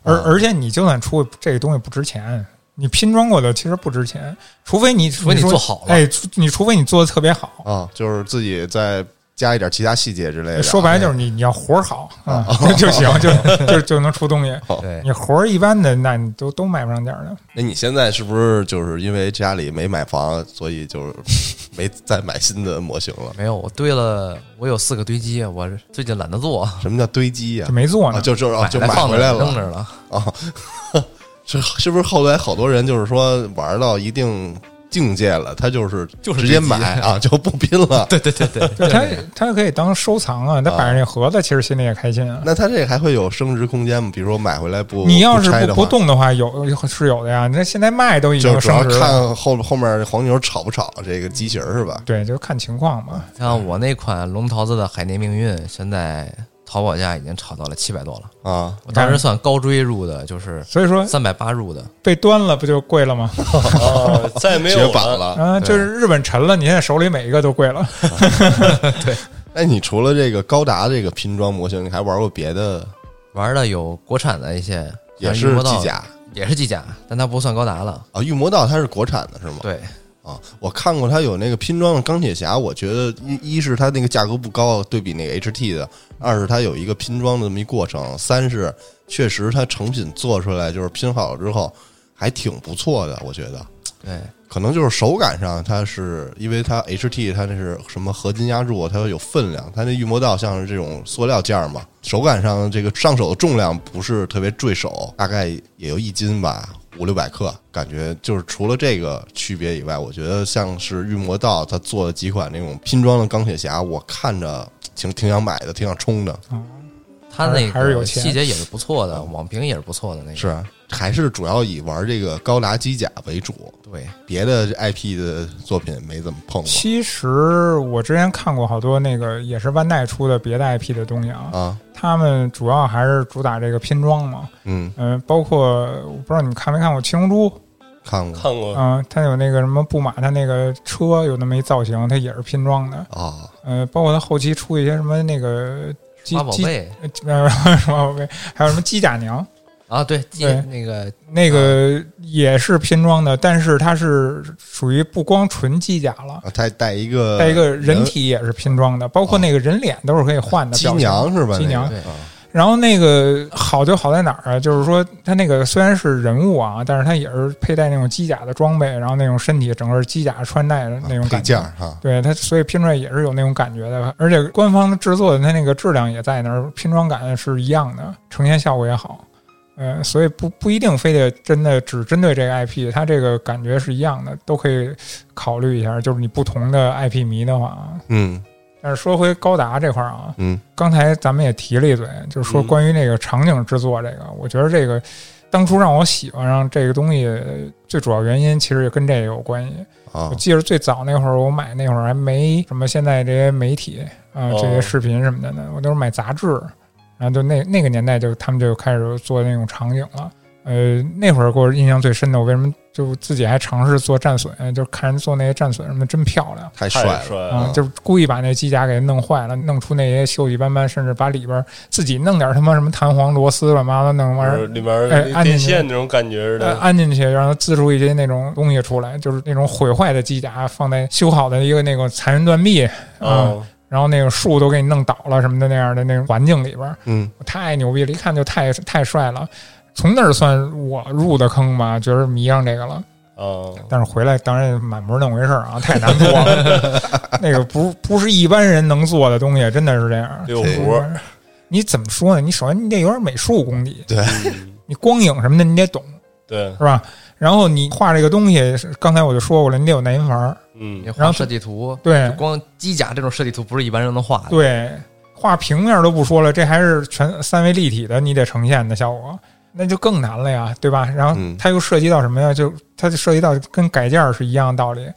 Speaker 1: 而而且你就算出这个东西不值钱，你拼装过的其实不值钱，除非你除
Speaker 3: 非你做好了
Speaker 1: 哎，除你除非你做的特别好。
Speaker 2: 啊，就是自己再加一点其他细节
Speaker 3: 哎
Speaker 2: 之类的。
Speaker 1: 说白了就是你你要活儿好
Speaker 3: 哦
Speaker 1: 啊、 就行， 就就就能出东西。
Speaker 3: 对，
Speaker 1: 你活儿一般的，那你都都卖不上价儿的。
Speaker 2: 那你现在是不是就是因为家里没买房，所以就是没再买新的模型了？
Speaker 3: 没有，我堆了，我有四个堆积，我最近懒得做，
Speaker 2: 什么叫堆积呀、
Speaker 1: 就没做呢。
Speaker 3: 哦
Speaker 2: 啊，就就啊，就
Speaker 3: 来
Speaker 2: 买
Speaker 3: 放
Speaker 2: 回来
Speaker 3: 着扔那
Speaker 2: 了
Speaker 3: 儿了。
Speaker 2: 啊。是是不是后来好多人就是说玩到一定境界了，他就是
Speaker 3: 就是
Speaker 2: 直接
Speaker 3: 堆积
Speaker 2: 买啊，就不拼了。
Speaker 3: 对对对对，
Speaker 1: 就它它可以当收藏啊，它摆上那盒子，其实心里也开心啊。
Speaker 2: 那他这还会有升值空间吗？比如说买回来不，
Speaker 1: 你要是
Speaker 2: 不拆的
Speaker 1: 不
Speaker 2: 话
Speaker 1: 不，动的话，有是有的呀。那现在卖都已
Speaker 2: 就
Speaker 1: 经
Speaker 2: 主要
Speaker 1: 升值了，
Speaker 2: 看后后面黄牛炒不炒这个机型儿是吧？
Speaker 1: 对，就看情况嘛。
Speaker 3: 像我那款龙桃子的海内命运，现在淘宝价已经炒到了七百多了。
Speaker 2: 啊，
Speaker 3: 我当时算高追入的，就是
Speaker 1: 所以说
Speaker 3: 三百八入的，
Speaker 1: 被端了不就贵了吗？
Speaker 5: 啊，再没
Speaker 2: 绝
Speaker 5: 有
Speaker 2: 版
Speaker 5: 了。
Speaker 2: 了。
Speaker 1: 啊，就是日本沉了，你现在手里每一个都贵了。
Speaker 2: 哎，你除了这个高达这个拼装模型，你还玩过别的？
Speaker 3: 玩的有国产的一些，
Speaker 2: 也
Speaker 3: 像
Speaker 2: 是
Speaker 3: 御魔道
Speaker 2: 机，甲
Speaker 3: 也是机甲，但它不算高达了。
Speaker 2: 啊？御魔道它是国产的是吗？
Speaker 3: 对，
Speaker 2: 啊，我看过它有那个拼装的钢铁侠，我觉得一一是它那个价格不高，对比那个 HT 的；二是它有一个拼装的这么一过程；三是确实它成品做出来就是拼好了之后还挺不错的，我觉得。
Speaker 3: 对，
Speaker 2: 可能就是手感上，它是因为它 HT 它那是什么合金压铸，啊它有分量，它那预磨道像是这种塑料件儿嘛，手感上这个上手的重量不是特别坠手，大概也有一斤吧，五六百克，感觉就是除了这个区别以外，我觉得像是预磨道它做的几款那种拼装的钢铁侠，我看着挺挺想买的，挺想冲的，
Speaker 3: 它
Speaker 1: 还是
Speaker 3: 那
Speaker 1: 还是有
Speaker 3: 个
Speaker 1: 钱
Speaker 3: 细节也是不错的，网评也是不错的那个。
Speaker 2: 是还是主要以玩这个高达机甲为主，
Speaker 3: 对，
Speaker 2: 别的 IP 的作品没怎么碰过
Speaker 1: 其实我之前看过好多那个也是万代出的别的 IP 的东西啊，
Speaker 2: 啊，
Speaker 1: 他们主要还是主打这个拼装嘛。
Speaker 2: 嗯，
Speaker 1: 嗯、包括我不知道你们看没看过《七龙珠》
Speaker 2: 看过。
Speaker 5: 看过
Speaker 1: 啊、它有那个什么布马，它那个车有那么一造型，它也是拼装的。
Speaker 2: 啊，
Speaker 1: 呃，包括它后期出一些什么那个机
Speaker 3: 花宝
Speaker 1: 机
Speaker 3: 贝
Speaker 1: 呃机呃 什么宝贝，还有什么机甲娘，
Speaker 3: 啊，对，机
Speaker 1: 对
Speaker 3: 那个
Speaker 1: 那个也是拼装的，但是它是属于不光纯机甲了。
Speaker 2: 啊，他带一个
Speaker 1: 带一个人体也是拼装的，包括那个人脸都是可以换的。
Speaker 2: 哦机
Speaker 1: 表情
Speaker 2: 娘是吧？
Speaker 1: 机娘
Speaker 2: 那个
Speaker 3: 对
Speaker 1: 然后那个好就好在哪儿啊？就是说，它那个虽然是人物啊，但是它也是佩戴那种机甲的装备，然后那种身体整个机甲穿戴的
Speaker 2: 啊
Speaker 1: 那种
Speaker 2: 配
Speaker 1: 感
Speaker 2: 件
Speaker 1: 觉。
Speaker 2: 儿哈，
Speaker 1: 对它，所以拼出来也是有那种感觉的，而且官方的制作的它那个质量也在那儿，拼装感是一样的，呈现效果也好。呃，所以不不一定非得真的只针对这个 IP，它这个感觉是一样的，都可以考虑一下。就是你不同的 IP 迷的话啊，
Speaker 2: 嗯
Speaker 1: 但是说回高达这块儿啊，
Speaker 2: 嗯，
Speaker 1: 刚才咱们也提了一嘴，就是说
Speaker 5: 嗯
Speaker 1: 关于那个场景制作这个，我觉得这个当初让我喜欢上这个东西，最主要原因其实也跟这个有关系。
Speaker 2: 啊
Speaker 1: 我，记得最早那会儿，我买那会儿还没什么现在这些媒体啊、
Speaker 5: 哦
Speaker 1: 这些视频什么的呢，我都是买杂志，然后就那那个年代就他们就开始做那种场景了。呃呃，那会儿给我印象最深的，我为什么就自己还尝试做战损，呃就是看人做那些战损什么的，真漂亮。
Speaker 2: 太帅
Speaker 5: 太
Speaker 2: 了，
Speaker 5: 帅
Speaker 1: 啊、
Speaker 5: 了
Speaker 2: 嗯，
Speaker 1: 就是故意把那机甲给弄坏了，弄出那些锈迹斑斑，甚至把里边儿自己弄点儿他妈什么弹簧螺丝乱七八糟弄玩意
Speaker 5: 就是
Speaker 1: 儿
Speaker 5: 里面
Speaker 1: 哎
Speaker 5: 那
Speaker 1: 按进
Speaker 5: 电
Speaker 1: 去
Speaker 5: 线那种感觉似
Speaker 1: 呃
Speaker 5: 的，
Speaker 1: 安进去，让它滋出一些那种东西出来，就是那种毁坏的机甲放在修好的一个那个残垣断壁啊、
Speaker 5: 啊，
Speaker 1: 然后那个树都给你弄倒了什么的那样的那种环境里边儿，
Speaker 2: 嗯，
Speaker 1: 太牛逼了，一看就太太帅了。从那儿算我入的坑吧，觉得迷上这个了。
Speaker 5: 啊，
Speaker 1: 但是回来当然满不是那么回事儿 啊，太难做了。那个不不是一般人能做的东西，真的是这样。
Speaker 5: 六活儿，
Speaker 1: 你怎么说呢？你首先你得有点美术功底，
Speaker 5: 嗯
Speaker 1: 你光影什么的你得懂，
Speaker 5: 对，
Speaker 1: 是吧？然后你画这个东西，是刚才我就说过了，你得有耐心玩儿。
Speaker 5: 嗯
Speaker 3: 你，
Speaker 1: 然
Speaker 3: 画
Speaker 1: 后
Speaker 3: 设计图，
Speaker 1: 对
Speaker 3: 光机甲这种设计图不是一般人能画的。
Speaker 1: 对，画平面都不说了，这还是全三维立体的，你得呈现的效果，那就更难了呀，对吧？然后
Speaker 2: 嗯
Speaker 1: 它又涉及到什么呀？就它就涉及到跟改件儿是一样的道理，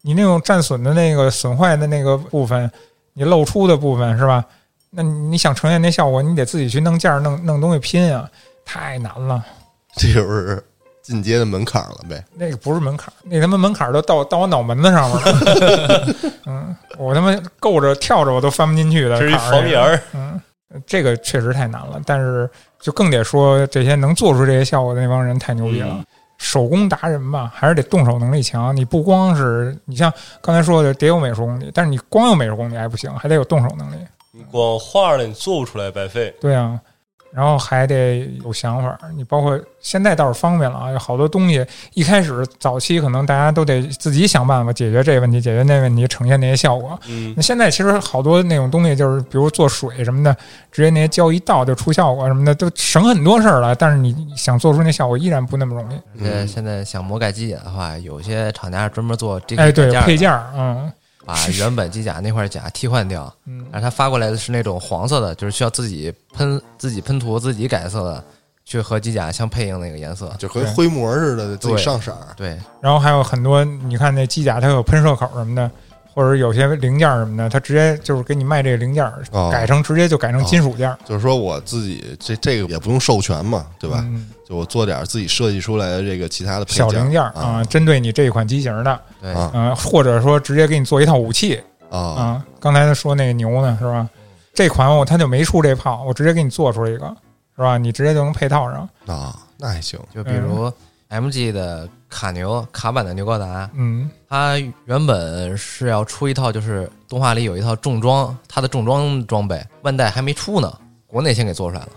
Speaker 1: 你那种战损的那个损坏的那个部分，你露出的部分是吧？那你你想呈现那效果，你得自己去弄件儿、弄弄东西拼啊，太难了。
Speaker 2: 这就是进阶的门槛了呗。
Speaker 1: 那个不是门槛儿，那他妈门槛儿都到到我脑门子上面了。 嗯，我他妈够着跳着我都翻不进去的坎儿。
Speaker 5: 这是一房檐儿，
Speaker 1: 嗯，这个确实太难了，但是就更得说这些能做出这些效果的那帮人太牛逼了。
Speaker 5: 嗯
Speaker 1: 手工达人吧，还是得动手能力强。你不光是你像刚才说的得有美术功底，但是你光有美术功底还不行，还得有动手能力。
Speaker 5: 你光画了你做不出来，白费。
Speaker 1: 对啊，然后还得有想法儿。你包括现在倒是方便了啊，有好多东西一开始早期可能大家都得自己想办法解决这个问题，解决那问题，呈现那些效果。
Speaker 5: 嗯
Speaker 1: 那现在其实好多那种东西，就是比如做水什么的，直接那些胶一倒就出效果什么的，都省很多事儿了。但是你想做出那效果，依然不那么容易。
Speaker 3: 而
Speaker 2: 嗯
Speaker 3: 且现在想魔改机甲的话，有些厂家是专门做这个
Speaker 1: 哎，对，配
Speaker 3: 配件
Speaker 1: 件
Speaker 3: 儿的，
Speaker 1: 儿，嗯
Speaker 3: 把原本机甲那块甲替换掉，
Speaker 1: 嗯，
Speaker 3: 而他发过来的是那种黄色的，就是需要自己喷、自己喷涂、自己改色的，去和机甲相配应那个颜色。
Speaker 2: 就和灰模似的，自己
Speaker 3: 对
Speaker 2: 上色儿，
Speaker 3: 对，
Speaker 1: 然后还有很多，你看那机甲它有喷射口什么的，或者有些零件儿什么的，它直接就是给你卖这个零件儿，
Speaker 2: 哦
Speaker 1: 改成直接就改成金属件儿，
Speaker 2: 就是说我自己这这个也不用授权嘛，对吧？
Speaker 1: 嗯
Speaker 2: 就我做点儿自己设计出来的这个其他的配
Speaker 1: 小零
Speaker 2: 件
Speaker 1: 件
Speaker 2: 儿
Speaker 1: 儿啊、针对你这一款机型的，
Speaker 3: 对，
Speaker 2: 啊
Speaker 1: 嗯、或者说直接给你做一套武器啊、
Speaker 2: 啊
Speaker 1: 刚才说那个牛呢，是吧？这款我它就没出这炮，我直接给你做出一个，是吧？你直接就能配套上，
Speaker 2: 啊，那还行，
Speaker 3: 就比如 MG 的卡牛卡版的牛高达，
Speaker 1: 嗯
Speaker 3: 它原本是要出一套，就是动画里有一套重装，它的重装装备，万代还没出呢，国内先给做出来了，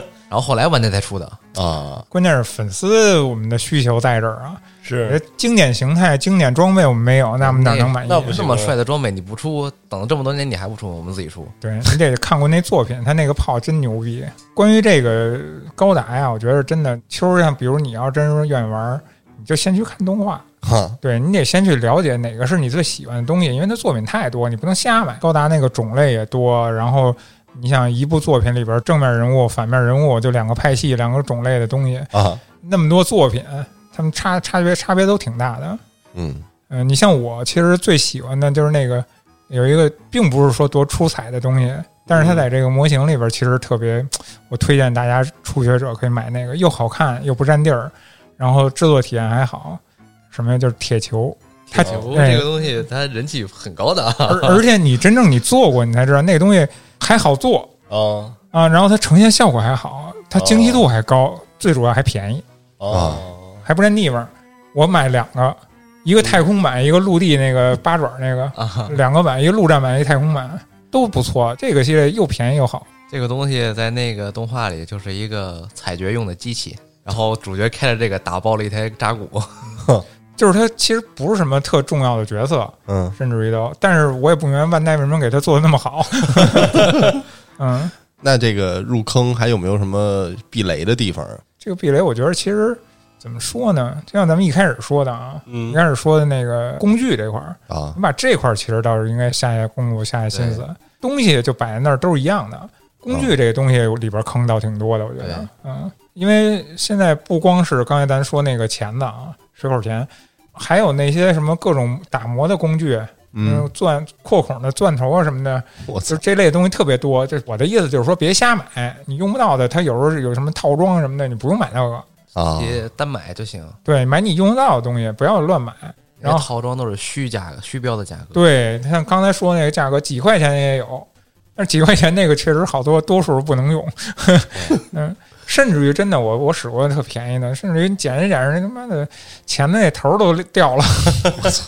Speaker 3: 然后后来万代才出的。
Speaker 2: 啊，
Speaker 1: 关键是粉丝我们的需求在这儿啊，
Speaker 5: 是，
Speaker 1: 经典形态、经典装备我们没有，那我们哪能满意？
Speaker 5: 那不
Speaker 3: 这
Speaker 5: 行
Speaker 3: 么
Speaker 5: 啊
Speaker 3: 帅的装备你不出，等了这么多年你还不出，我们自己出。
Speaker 1: 对你得看过那作品，他那个炮真牛逼。关于这个高达呀，我觉得真的，秋儿像比如你要真是愿意玩儿，你就先去看动画，
Speaker 2: 哈，
Speaker 1: 对你得先去了解哪个是你最喜欢的东西，因为它作品太多，你不能瞎买。高达那个种类也多，然后你想一部作品里边正面人物、反面人物就两个派系、两个种类的东西，
Speaker 2: 啊，
Speaker 1: 那么多作品，他们差差别差别都挺大的。
Speaker 2: 嗯
Speaker 1: 嗯、你像我其实最喜欢的就是那个有一个并不是说多出彩的东西，但是它在这个模型里边其实特别，我推荐大家初学者可以买那个，又好看又不占地儿，然后制作体验还好。什么呀？就是铁球，它
Speaker 3: 球
Speaker 1: 哎
Speaker 3: 哦这个东西它人气很高的啊，
Speaker 1: 而而且你真正你做过，你才知道那个东西还好做
Speaker 5: 啊
Speaker 1: 啊，然后它呈现效果还好，它精细
Speaker 3: 哦
Speaker 1: 度还高，最主要还便宜，
Speaker 5: 啊，
Speaker 1: 还不占地方。我买两个，一个太空版，一个陆地那个八爪那个，
Speaker 3: 啊，
Speaker 1: 两个版，一个陆战版，一个太空版，都不错。这个系列又便宜又好。
Speaker 3: 这个东西在那个动画里就是一个采掘用的机器，然后主角开着这个打爆了一台扎古，
Speaker 1: 哦就是它其实不是什么特重要的角色，
Speaker 2: 嗯，
Speaker 1: 甚至于都，但是我也不明白万代为什么给它做的那么好。嗯，
Speaker 2: 那这个入坑还有没有什么避雷的地方啊？
Speaker 1: 这个壁垒，我觉得其实怎么说呢？就像咱们一开始说的啊，
Speaker 5: 嗯
Speaker 1: 一开始说的那个工具这块儿，
Speaker 2: 啊
Speaker 1: 你把这块儿其实倒是应该下下功夫、下下心思。东西就摆在那儿都是一样的，工具这个东西里边坑倒挺多的，我觉得
Speaker 3: 对，
Speaker 1: 嗯，因为现在不光是刚才咱说那个钳子啊，水口钳，还有那些什么各种打磨的工具，嗯，钻扩孔的钻头啊什么的，
Speaker 2: 我操
Speaker 1: 就，这类东西特别多。就是我的意思就是说，别瞎买，你用不到的，它有时候是有什么套装什么的，你不用买那个。
Speaker 2: 啊，
Speaker 3: 别单买就行。
Speaker 1: 对，买你用得到的东西，不要乱买。然后
Speaker 3: 因为套装都是虚价格、虚标的价格。
Speaker 1: 对，像刚才说那个价格，几块钱也有，但是几块钱那个确实好多，多数不能用。 嗯，甚至于真的，我我使过特便宜的，甚至于捡着捡着，他妈的钳子那头儿都掉了，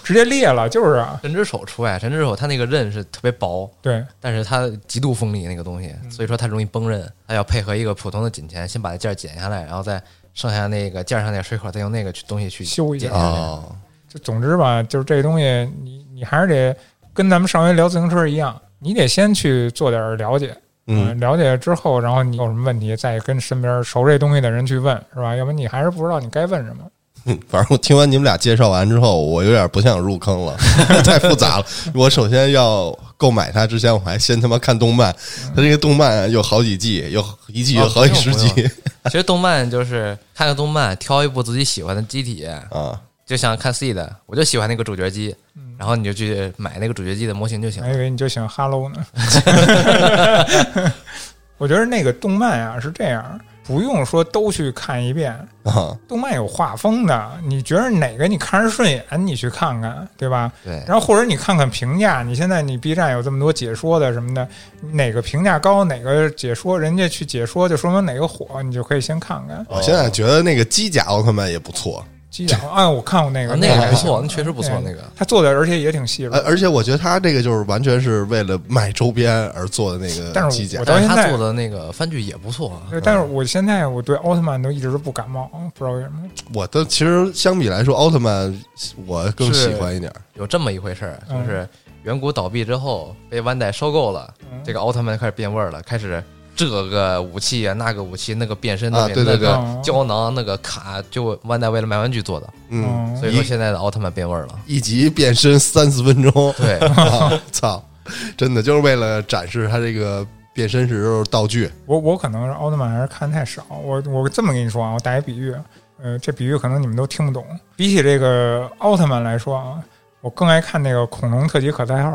Speaker 1: 直接裂了，就是啊，
Speaker 3: 针织手除外，针织手它那个刃是特别薄，
Speaker 1: 对
Speaker 3: 但是它极度锋利那个东西，
Speaker 1: 嗯
Speaker 3: 所以说它容易崩刃。它要配合一个普通的锦钳，先把件儿剪下来，然后再剩下那个件儿上那水口，再用那个去东西去
Speaker 1: 修一下
Speaker 3: 剪下来。
Speaker 2: 啊，
Speaker 1: 就总之吧，就是这东西，你你还是得跟咱们上回聊自行车一样，你得先去做点儿了解，呃
Speaker 2: 嗯，
Speaker 1: 了解之后，然后你有什么问题，再跟身边熟这东西的人去问，是吧？要不然你还是不知道你该问什么。
Speaker 2: 嗯反正我听完你们俩介绍完之后，我有点不想入坑了， 太复杂了。我首先要购买它之前，我还先他妈看动漫，它这个动漫有好几季，有一季有好几十
Speaker 3: 哦不
Speaker 2: 集
Speaker 3: 其实动漫就是看个动漫，挑一部自己喜欢的机体，
Speaker 2: 啊。
Speaker 3: 就像看 C 的，我就喜欢那个主角机，
Speaker 1: 嗯
Speaker 3: 然后你就去买那个主角机的模型就行
Speaker 1: 还
Speaker 3: 了。
Speaker 1: 以为你就喜欢哈喽呢。 我觉得那个动漫啊是这样，不用说都去看一遍，
Speaker 2: 啊，
Speaker 1: 动漫有画风的，你觉得哪个你看着顺眼，你去看看，对吧？
Speaker 3: 对，
Speaker 1: 然后或者你看看评价，你现在你 B 站有这么多解说的什么的，哪个评价高，哪个解说人家去解说，就说明哪个火，你就可以先看看。
Speaker 2: 我现在觉得那个机甲奥特曼也不错，
Speaker 1: 机 甲啊，我看过那个，
Speaker 3: 啊那个
Speaker 1: 还
Speaker 3: 还不
Speaker 1: 行哎
Speaker 3: 错，那确实不错，那个呃
Speaker 1: 他做的而且也挺细致
Speaker 2: 而。而且我觉得他这个就是完全是为了卖周边而做的那个
Speaker 1: 但是
Speaker 2: 机甲
Speaker 1: 我。
Speaker 3: 但
Speaker 1: 到
Speaker 3: 是
Speaker 1: 现
Speaker 3: 他
Speaker 1: 在
Speaker 3: 做的那个番剧也不错啊。
Speaker 1: 对但是我现在我对奥特曼都一直不感冒，不知道为什么。
Speaker 2: 我的其实相比来说，奥特曼我更喜欢一点。
Speaker 3: 有这么一回事儿，
Speaker 1: 嗯
Speaker 3: 就是远古倒闭之后被万代收购了，
Speaker 1: 嗯
Speaker 3: 这个奥特曼就开始变味儿了，开始这个武器啊，那个武器，那个变身的、
Speaker 2: 啊对对对
Speaker 3: 那个胶囊，那个卡，就万代为了卖玩具做的，
Speaker 2: 嗯，
Speaker 1: 嗯
Speaker 3: 所以说现在的奥特曼变味儿了。
Speaker 2: 一集变身三四分钟，
Speaker 3: 对，
Speaker 2: 啊操，真的就是为了展示他这个变身时候道具。
Speaker 1: 我我可能是奥特曼还是看太少。我我这么跟你说啊，我打一比喻，呃，这比喻可能你们都听不懂。比起这个奥特曼来说啊，我更爱看那个恐龙特级可赛号。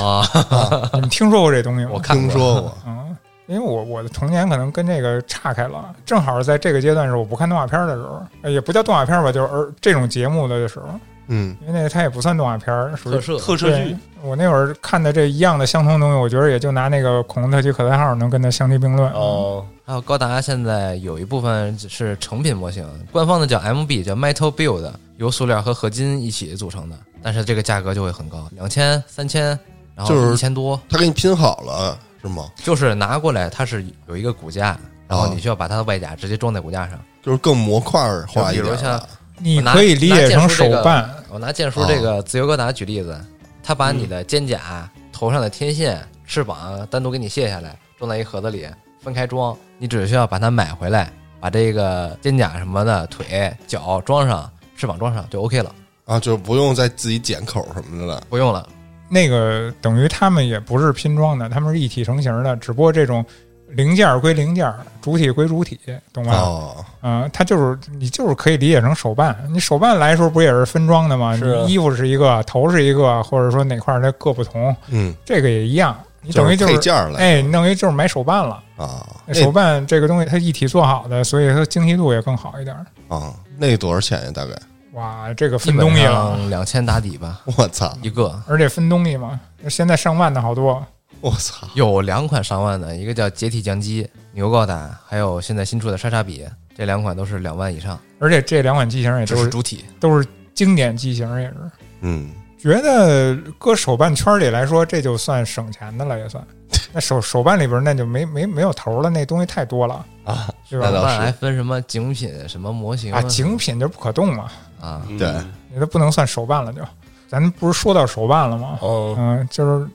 Speaker 3: 啊，
Speaker 1: 你们听说过这东西吗？
Speaker 3: 我看
Speaker 2: 听
Speaker 3: 过
Speaker 2: 说过，
Speaker 1: 嗯，因为我我的童年可能跟这个岔开了，正好是在这个阶段是我不看动画片的时候，呃也不叫动画片吧，就是儿这种节目的时候，
Speaker 2: 嗯，
Speaker 1: 因为那个它也不算动画片，属于
Speaker 3: 特摄
Speaker 5: 特摄
Speaker 1: 对
Speaker 5: 剧，，
Speaker 1: 我那会儿看的这一样的相同东西，我觉得也就拿那个恐龙特级可赛号能跟它相提并论。
Speaker 5: 哦，
Speaker 3: 还啊有高达现在有一部分是成品模型，官方的叫 MB，叫 Metal Build，由塑料和合金一起组成的，但是这个价格就会很高，两千、三千，然
Speaker 2: 就是
Speaker 3: 后一千多。
Speaker 2: 他给你拼好了是吗？
Speaker 3: 就是拿过来，它是有一个骨架，然后你需要把它的外甲直接装在骨架上。
Speaker 2: 就是更模块化一点
Speaker 3: 就比如像
Speaker 2: 了
Speaker 1: 你可以理解成手办，啊嗯
Speaker 3: 我拿剑叔这个自由高达举例子，他把你的肩甲、头上的天线、翅膀单独给你卸下来，装在一盒子里，分开装。你只需要把它买回来，把这个肩甲什么的、腿、脚装上，翅膀装上就 OK 了，
Speaker 2: 啊，就不用再自己剪口什么的了。
Speaker 3: 不用了。
Speaker 1: 那个等于他们也不是拼装的，他们是一体成型的，只不过这种零件儿归零件儿，主体归主体，懂
Speaker 3: 啊
Speaker 1: 吧？
Speaker 2: 哦，
Speaker 1: 嗯、它就是你就是可以理解成手办，你手办来的时候不也是分装的吗？
Speaker 5: 是啊
Speaker 1: 你衣服是一个，头是一个，或者说哪块儿它各不同，
Speaker 2: 嗯，
Speaker 1: 这个也一样。你等于
Speaker 2: 就
Speaker 1: 就是
Speaker 2: 是配件儿了
Speaker 1: 哎，你等于就是买手办了。
Speaker 2: 啊，
Speaker 3: 哎
Speaker 2: 那
Speaker 1: 手办这个东西它一体做好的，所以它精细度也更好一点儿。
Speaker 2: 啊，那多少钱呀？大概？
Speaker 1: 哇，这个
Speaker 3: 基
Speaker 1: 分
Speaker 3: 本
Speaker 1: 东西了，
Speaker 3: 上两千打底吧，
Speaker 2: 我操，
Speaker 3: 一个。
Speaker 1: 而且分东西嘛，现在上万的好多。
Speaker 2: 我操，
Speaker 3: 有两款上万的，一个叫解体降机牛高达，还有现在新出的莎莎比，这两款都是两万以上。
Speaker 1: 而且这两款机型也
Speaker 3: 这
Speaker 1: 都
Speaker 3: 是
Speaker 1: 是
Speaker 3: 主体，
Speaker 1: 都是经典机型，也是。
Speaker 2: 嗯，
Speaker 1: 觉得搁手办圈里来说，这就算省钱的了，也 算。那手手办里边那就没没没有头了，那东西太多了
Speaker 2: 啊，
Speaker 1: 是吧？
Speaker 2: 那倒
Speaker 3: 万还
Speaker 2: 是，
Speaker 3: 分什么精品、什么模型
Speaker 1: 啊，精品就不可动嘛，
Speaker 3: 啊，
Speaker 5: 嗯
Speaker 2: 对，
Speaker 1: 你都不能算手办了就。咱不是说到手办了吗？
Speaker 5: 嗯，
Speaker 1: 嗯，就是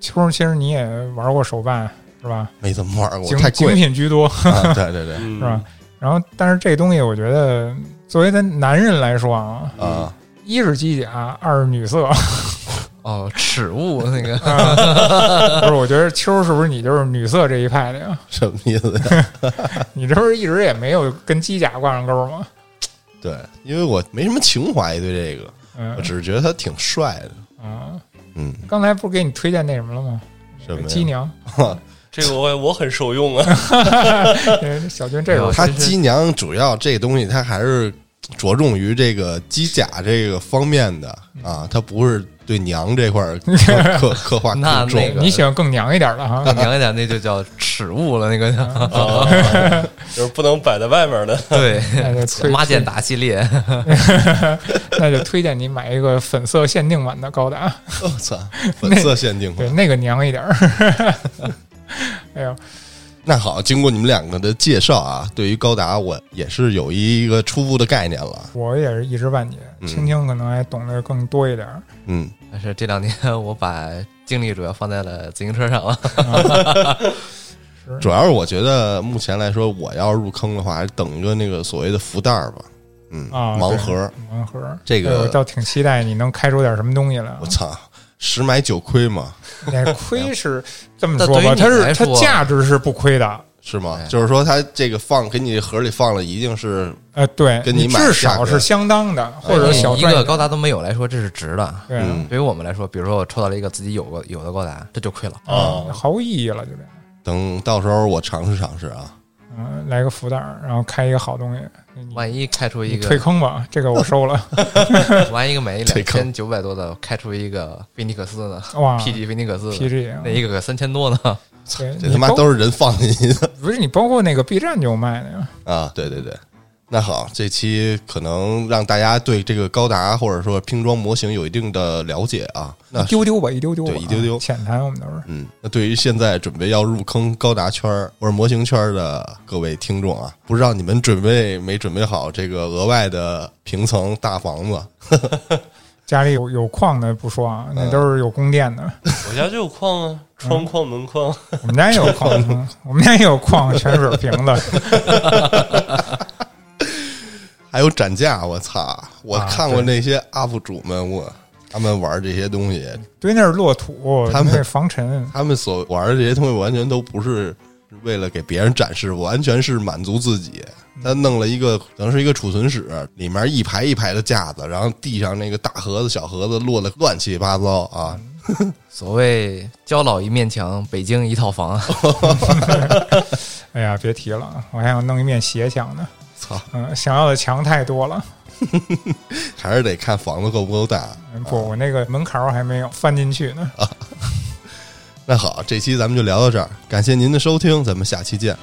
Speaker 1: 秋儿，其实你也玩过手办是吧？
Speaker 2: 没怎么玩过，
Speaker 1: 精
Speaker 2: 太
Speaker 1: 精
Speaker 2: 贵
Speaker 1: 品居 多，
Speaker 2: 啊！对对对，
Speaker 5: 是
Speaker 1: 是吧？然后，但是这东西我觉得，作为咱男人来说啊，
Speaker 3: 嗯
Speaker 2: 啊，
Speaker 1: 一是机甲，二是女色，
Speaker 3: 哦，耻物 那个
Speaker 1: 不是？我觉得秋儿是不是你就是女色这一派的呀？
Speaker 2: 什么意思呀？
Speaker 1: 你这不是一直也没有跟机甲挂上钩吗？
Speaker 2: 对，因为我没什么情怀对这个，
Speaker 1: 嗯
Speaker 2: 我只是觉得他挺帅的。
Speaker 1: 嗯，
Speaker 2: 嗯，
Speaker 1: 刚才不是给你推荐那什么了吗？
Speaker 2: 什么呀
Speaker 1: 鸡 娘，
Speaker 5: 这个我我很受用啊。
Speaker 1: 呃小军这个
Speaker 3: 我
Speaker 2: 它
Speaker 3: 其实
Speaker 2: 鸡娘主要这东西，它还是着重于这个机甲这个方面的啊，它不是对娘这块儿 刻刻刻画
Speaker 3: 那
Speaker 2: 更重
Speaker 3: 那。个
Speaker 1: 你喜欢更娘一点的哈？
Speaker 3: 娘一点那就叫耻物了，那个叫
Speaker 5: 啊 就是不能摆在外面的。
Speaker 3: 对
Speaker 1: 那就推
Speaker 3: 妈见打系列，
Speaker 1: 那就推荐你买一个粉色限定版的高达，
Speaker 2: 我操，粉色限定
Speaker 1: 对
Speaker 2: 款。
Speaker 1: 那个娘一点儿。 哎呦，
Speaker 2: 那好，经过你们两个的介绍啊，对于高达我也是有一个初步的概念了。
Speaker 1: 我也是一知半解，青青可能还懂得更多一点儿。
Speaker 2: 嗯，
Speaker 3: 但是这两年我把精力主要放在了自行车上了。
Speaker 2: 主要是我觉得目前来说，我要是入坑的话，还是等一个那个所谓的福袋儿吧。嗯，
Speaker 1: 啊
Speaker 2: 盲
Speaker 1: 对
Speaker 2: 盒，
Speaker 1: 盲盒，
Speaker 2: 这个
Speaker 1: 哎我倒挺期待你能开出点什么东西来啊
Speaker 2: 我。操，十买九亏嘛，
Speaker 1: 那
Speaker 2: 哎
Speaker 1: 亏是这么
Speaker 3: 但
Speaker 1: 说吧，
Speaker 3: 对
Speaker 1: 它
Speaker 3: 于你
Speaker 1: 是
Speaker 3: 来
Speaker 1: 它
Speaker 3: 说
Speaker 1: 价值是不亏的。
Speaker 2: 是吗
Speaker 3: 哎？
Speaker 2: 就是说，它这个放给你盒里放了，一定是
Speaker 1: 呃，对，
Speaker 2: 跟
Speaker 1: 你
Speaker 2: 你买
Speaker 1: 至
Speaker 2: 价
Speaker 1: 少
Speaker 2: 格哎
Speaker 1: 是相当的， 或者
Speaker 3: 对
Speaker 1: 小
Speaker 3: 一
Speaker 1: 赚
Speaker 3: 个
Speaker 1: 点
Speaker 3: 高达都没有来说，这是值的。
Speaker 1: 对啊，
Speaker 2: 嗯
Speaker 3: 对于我们来说，比如说我抽到了一个自己有过有的高达，这就亏了。
Speaker 5: 啊
Speaker 2: 哦
Speaker 1: 嗯毫无意义了，就这样。
Speaker 2: 等到时候我尝试尝试啊。
Speaker 1: 嗯，来个福袋儿，然后开一个好东西，你
Speaker 3: 万一开出
Speaker 1: 嗯
Speaker 3: 一
Speaker 1: 你退
Speaker 3: 个，
Speaker 1: 坑吧，这个我收 了。
Speaker 3: 万一一个买一
Speaker 2: 退
Speaker 3: 两
Speaker 2: 坑
Speaker 3: 千九百多的，开出一个菲尼克斯呢
Speaker 1: 哇
Speaker 3: ？PG 菲尼克斯呢
Speaker 1: PG 啊
Speaker 3: 那一个可三千多呢。
Speaker 1: 对
Speaker 2: 这
Speaker 1: 你
Speaker 2: 他妈
Speaker 1: 包
Speaker 2: 都是人放进去的
Speaker 1: 不是你包括那个 B 站就有卖的呀？
Speaker 2: 啊！ 对对对，那好，这期可能让大家对这个高达或者说拼装模型有一定的了解啊。那
Speaker 1: 一丢丢吧，一丢丢吧，啊
Speaker 2: 对一丢丢
Speaker 1: 浅谈我们都是。
Speaker 2: 嗯，那对于现在准备要入坑高达圈儿或者模型圈儿的各位听众啊，不知道你们准备没准备好这个额外的平层大房子？
Speaker 1: 家里有有矿的不说啊，
Speaker 2: 嗯
Speaker 1: 那都是有供电的。
Speaker 5: 我家就有矿啊，窗框、门框，
Speaker 1: 我们家也有矿， 嗯我们家也有矿，泉水瓶子。
Speaker 2: 还有展架，我操！我
Speaker 1: 啊
Speaker 2: 看过那些 UP 主们，我他们玩这些东西，
Speaker 1: 对，那是落土，
Speaker 2: 他们
Speaker 1: 那是防尘。
Speaker 2: 他们所玩的这些东西完全都不是为了给别人展示，完全是满足自己。他弄了一个，可能是一个储存室，里面一排一排的架子，然后地上那个大盒子、小盒子落得乱七八糟啊！
Speaker 3: 所谓交老一面墙，北京一套房，
Speaker 1: 哎呀，别提了，我还想弄一面斜墙呢。
Speaker 2: 操，
Speaker 1: 嗯，想要的墙太多了。
Speaker 2: 还是得看房子够不够大。
Speaker 1: 嗯不，我那个门槛儿还没有翻进去呢。
Speaker 2: 那好，这期咱们就聊到这儿，感谢您的收听，咱们下期见。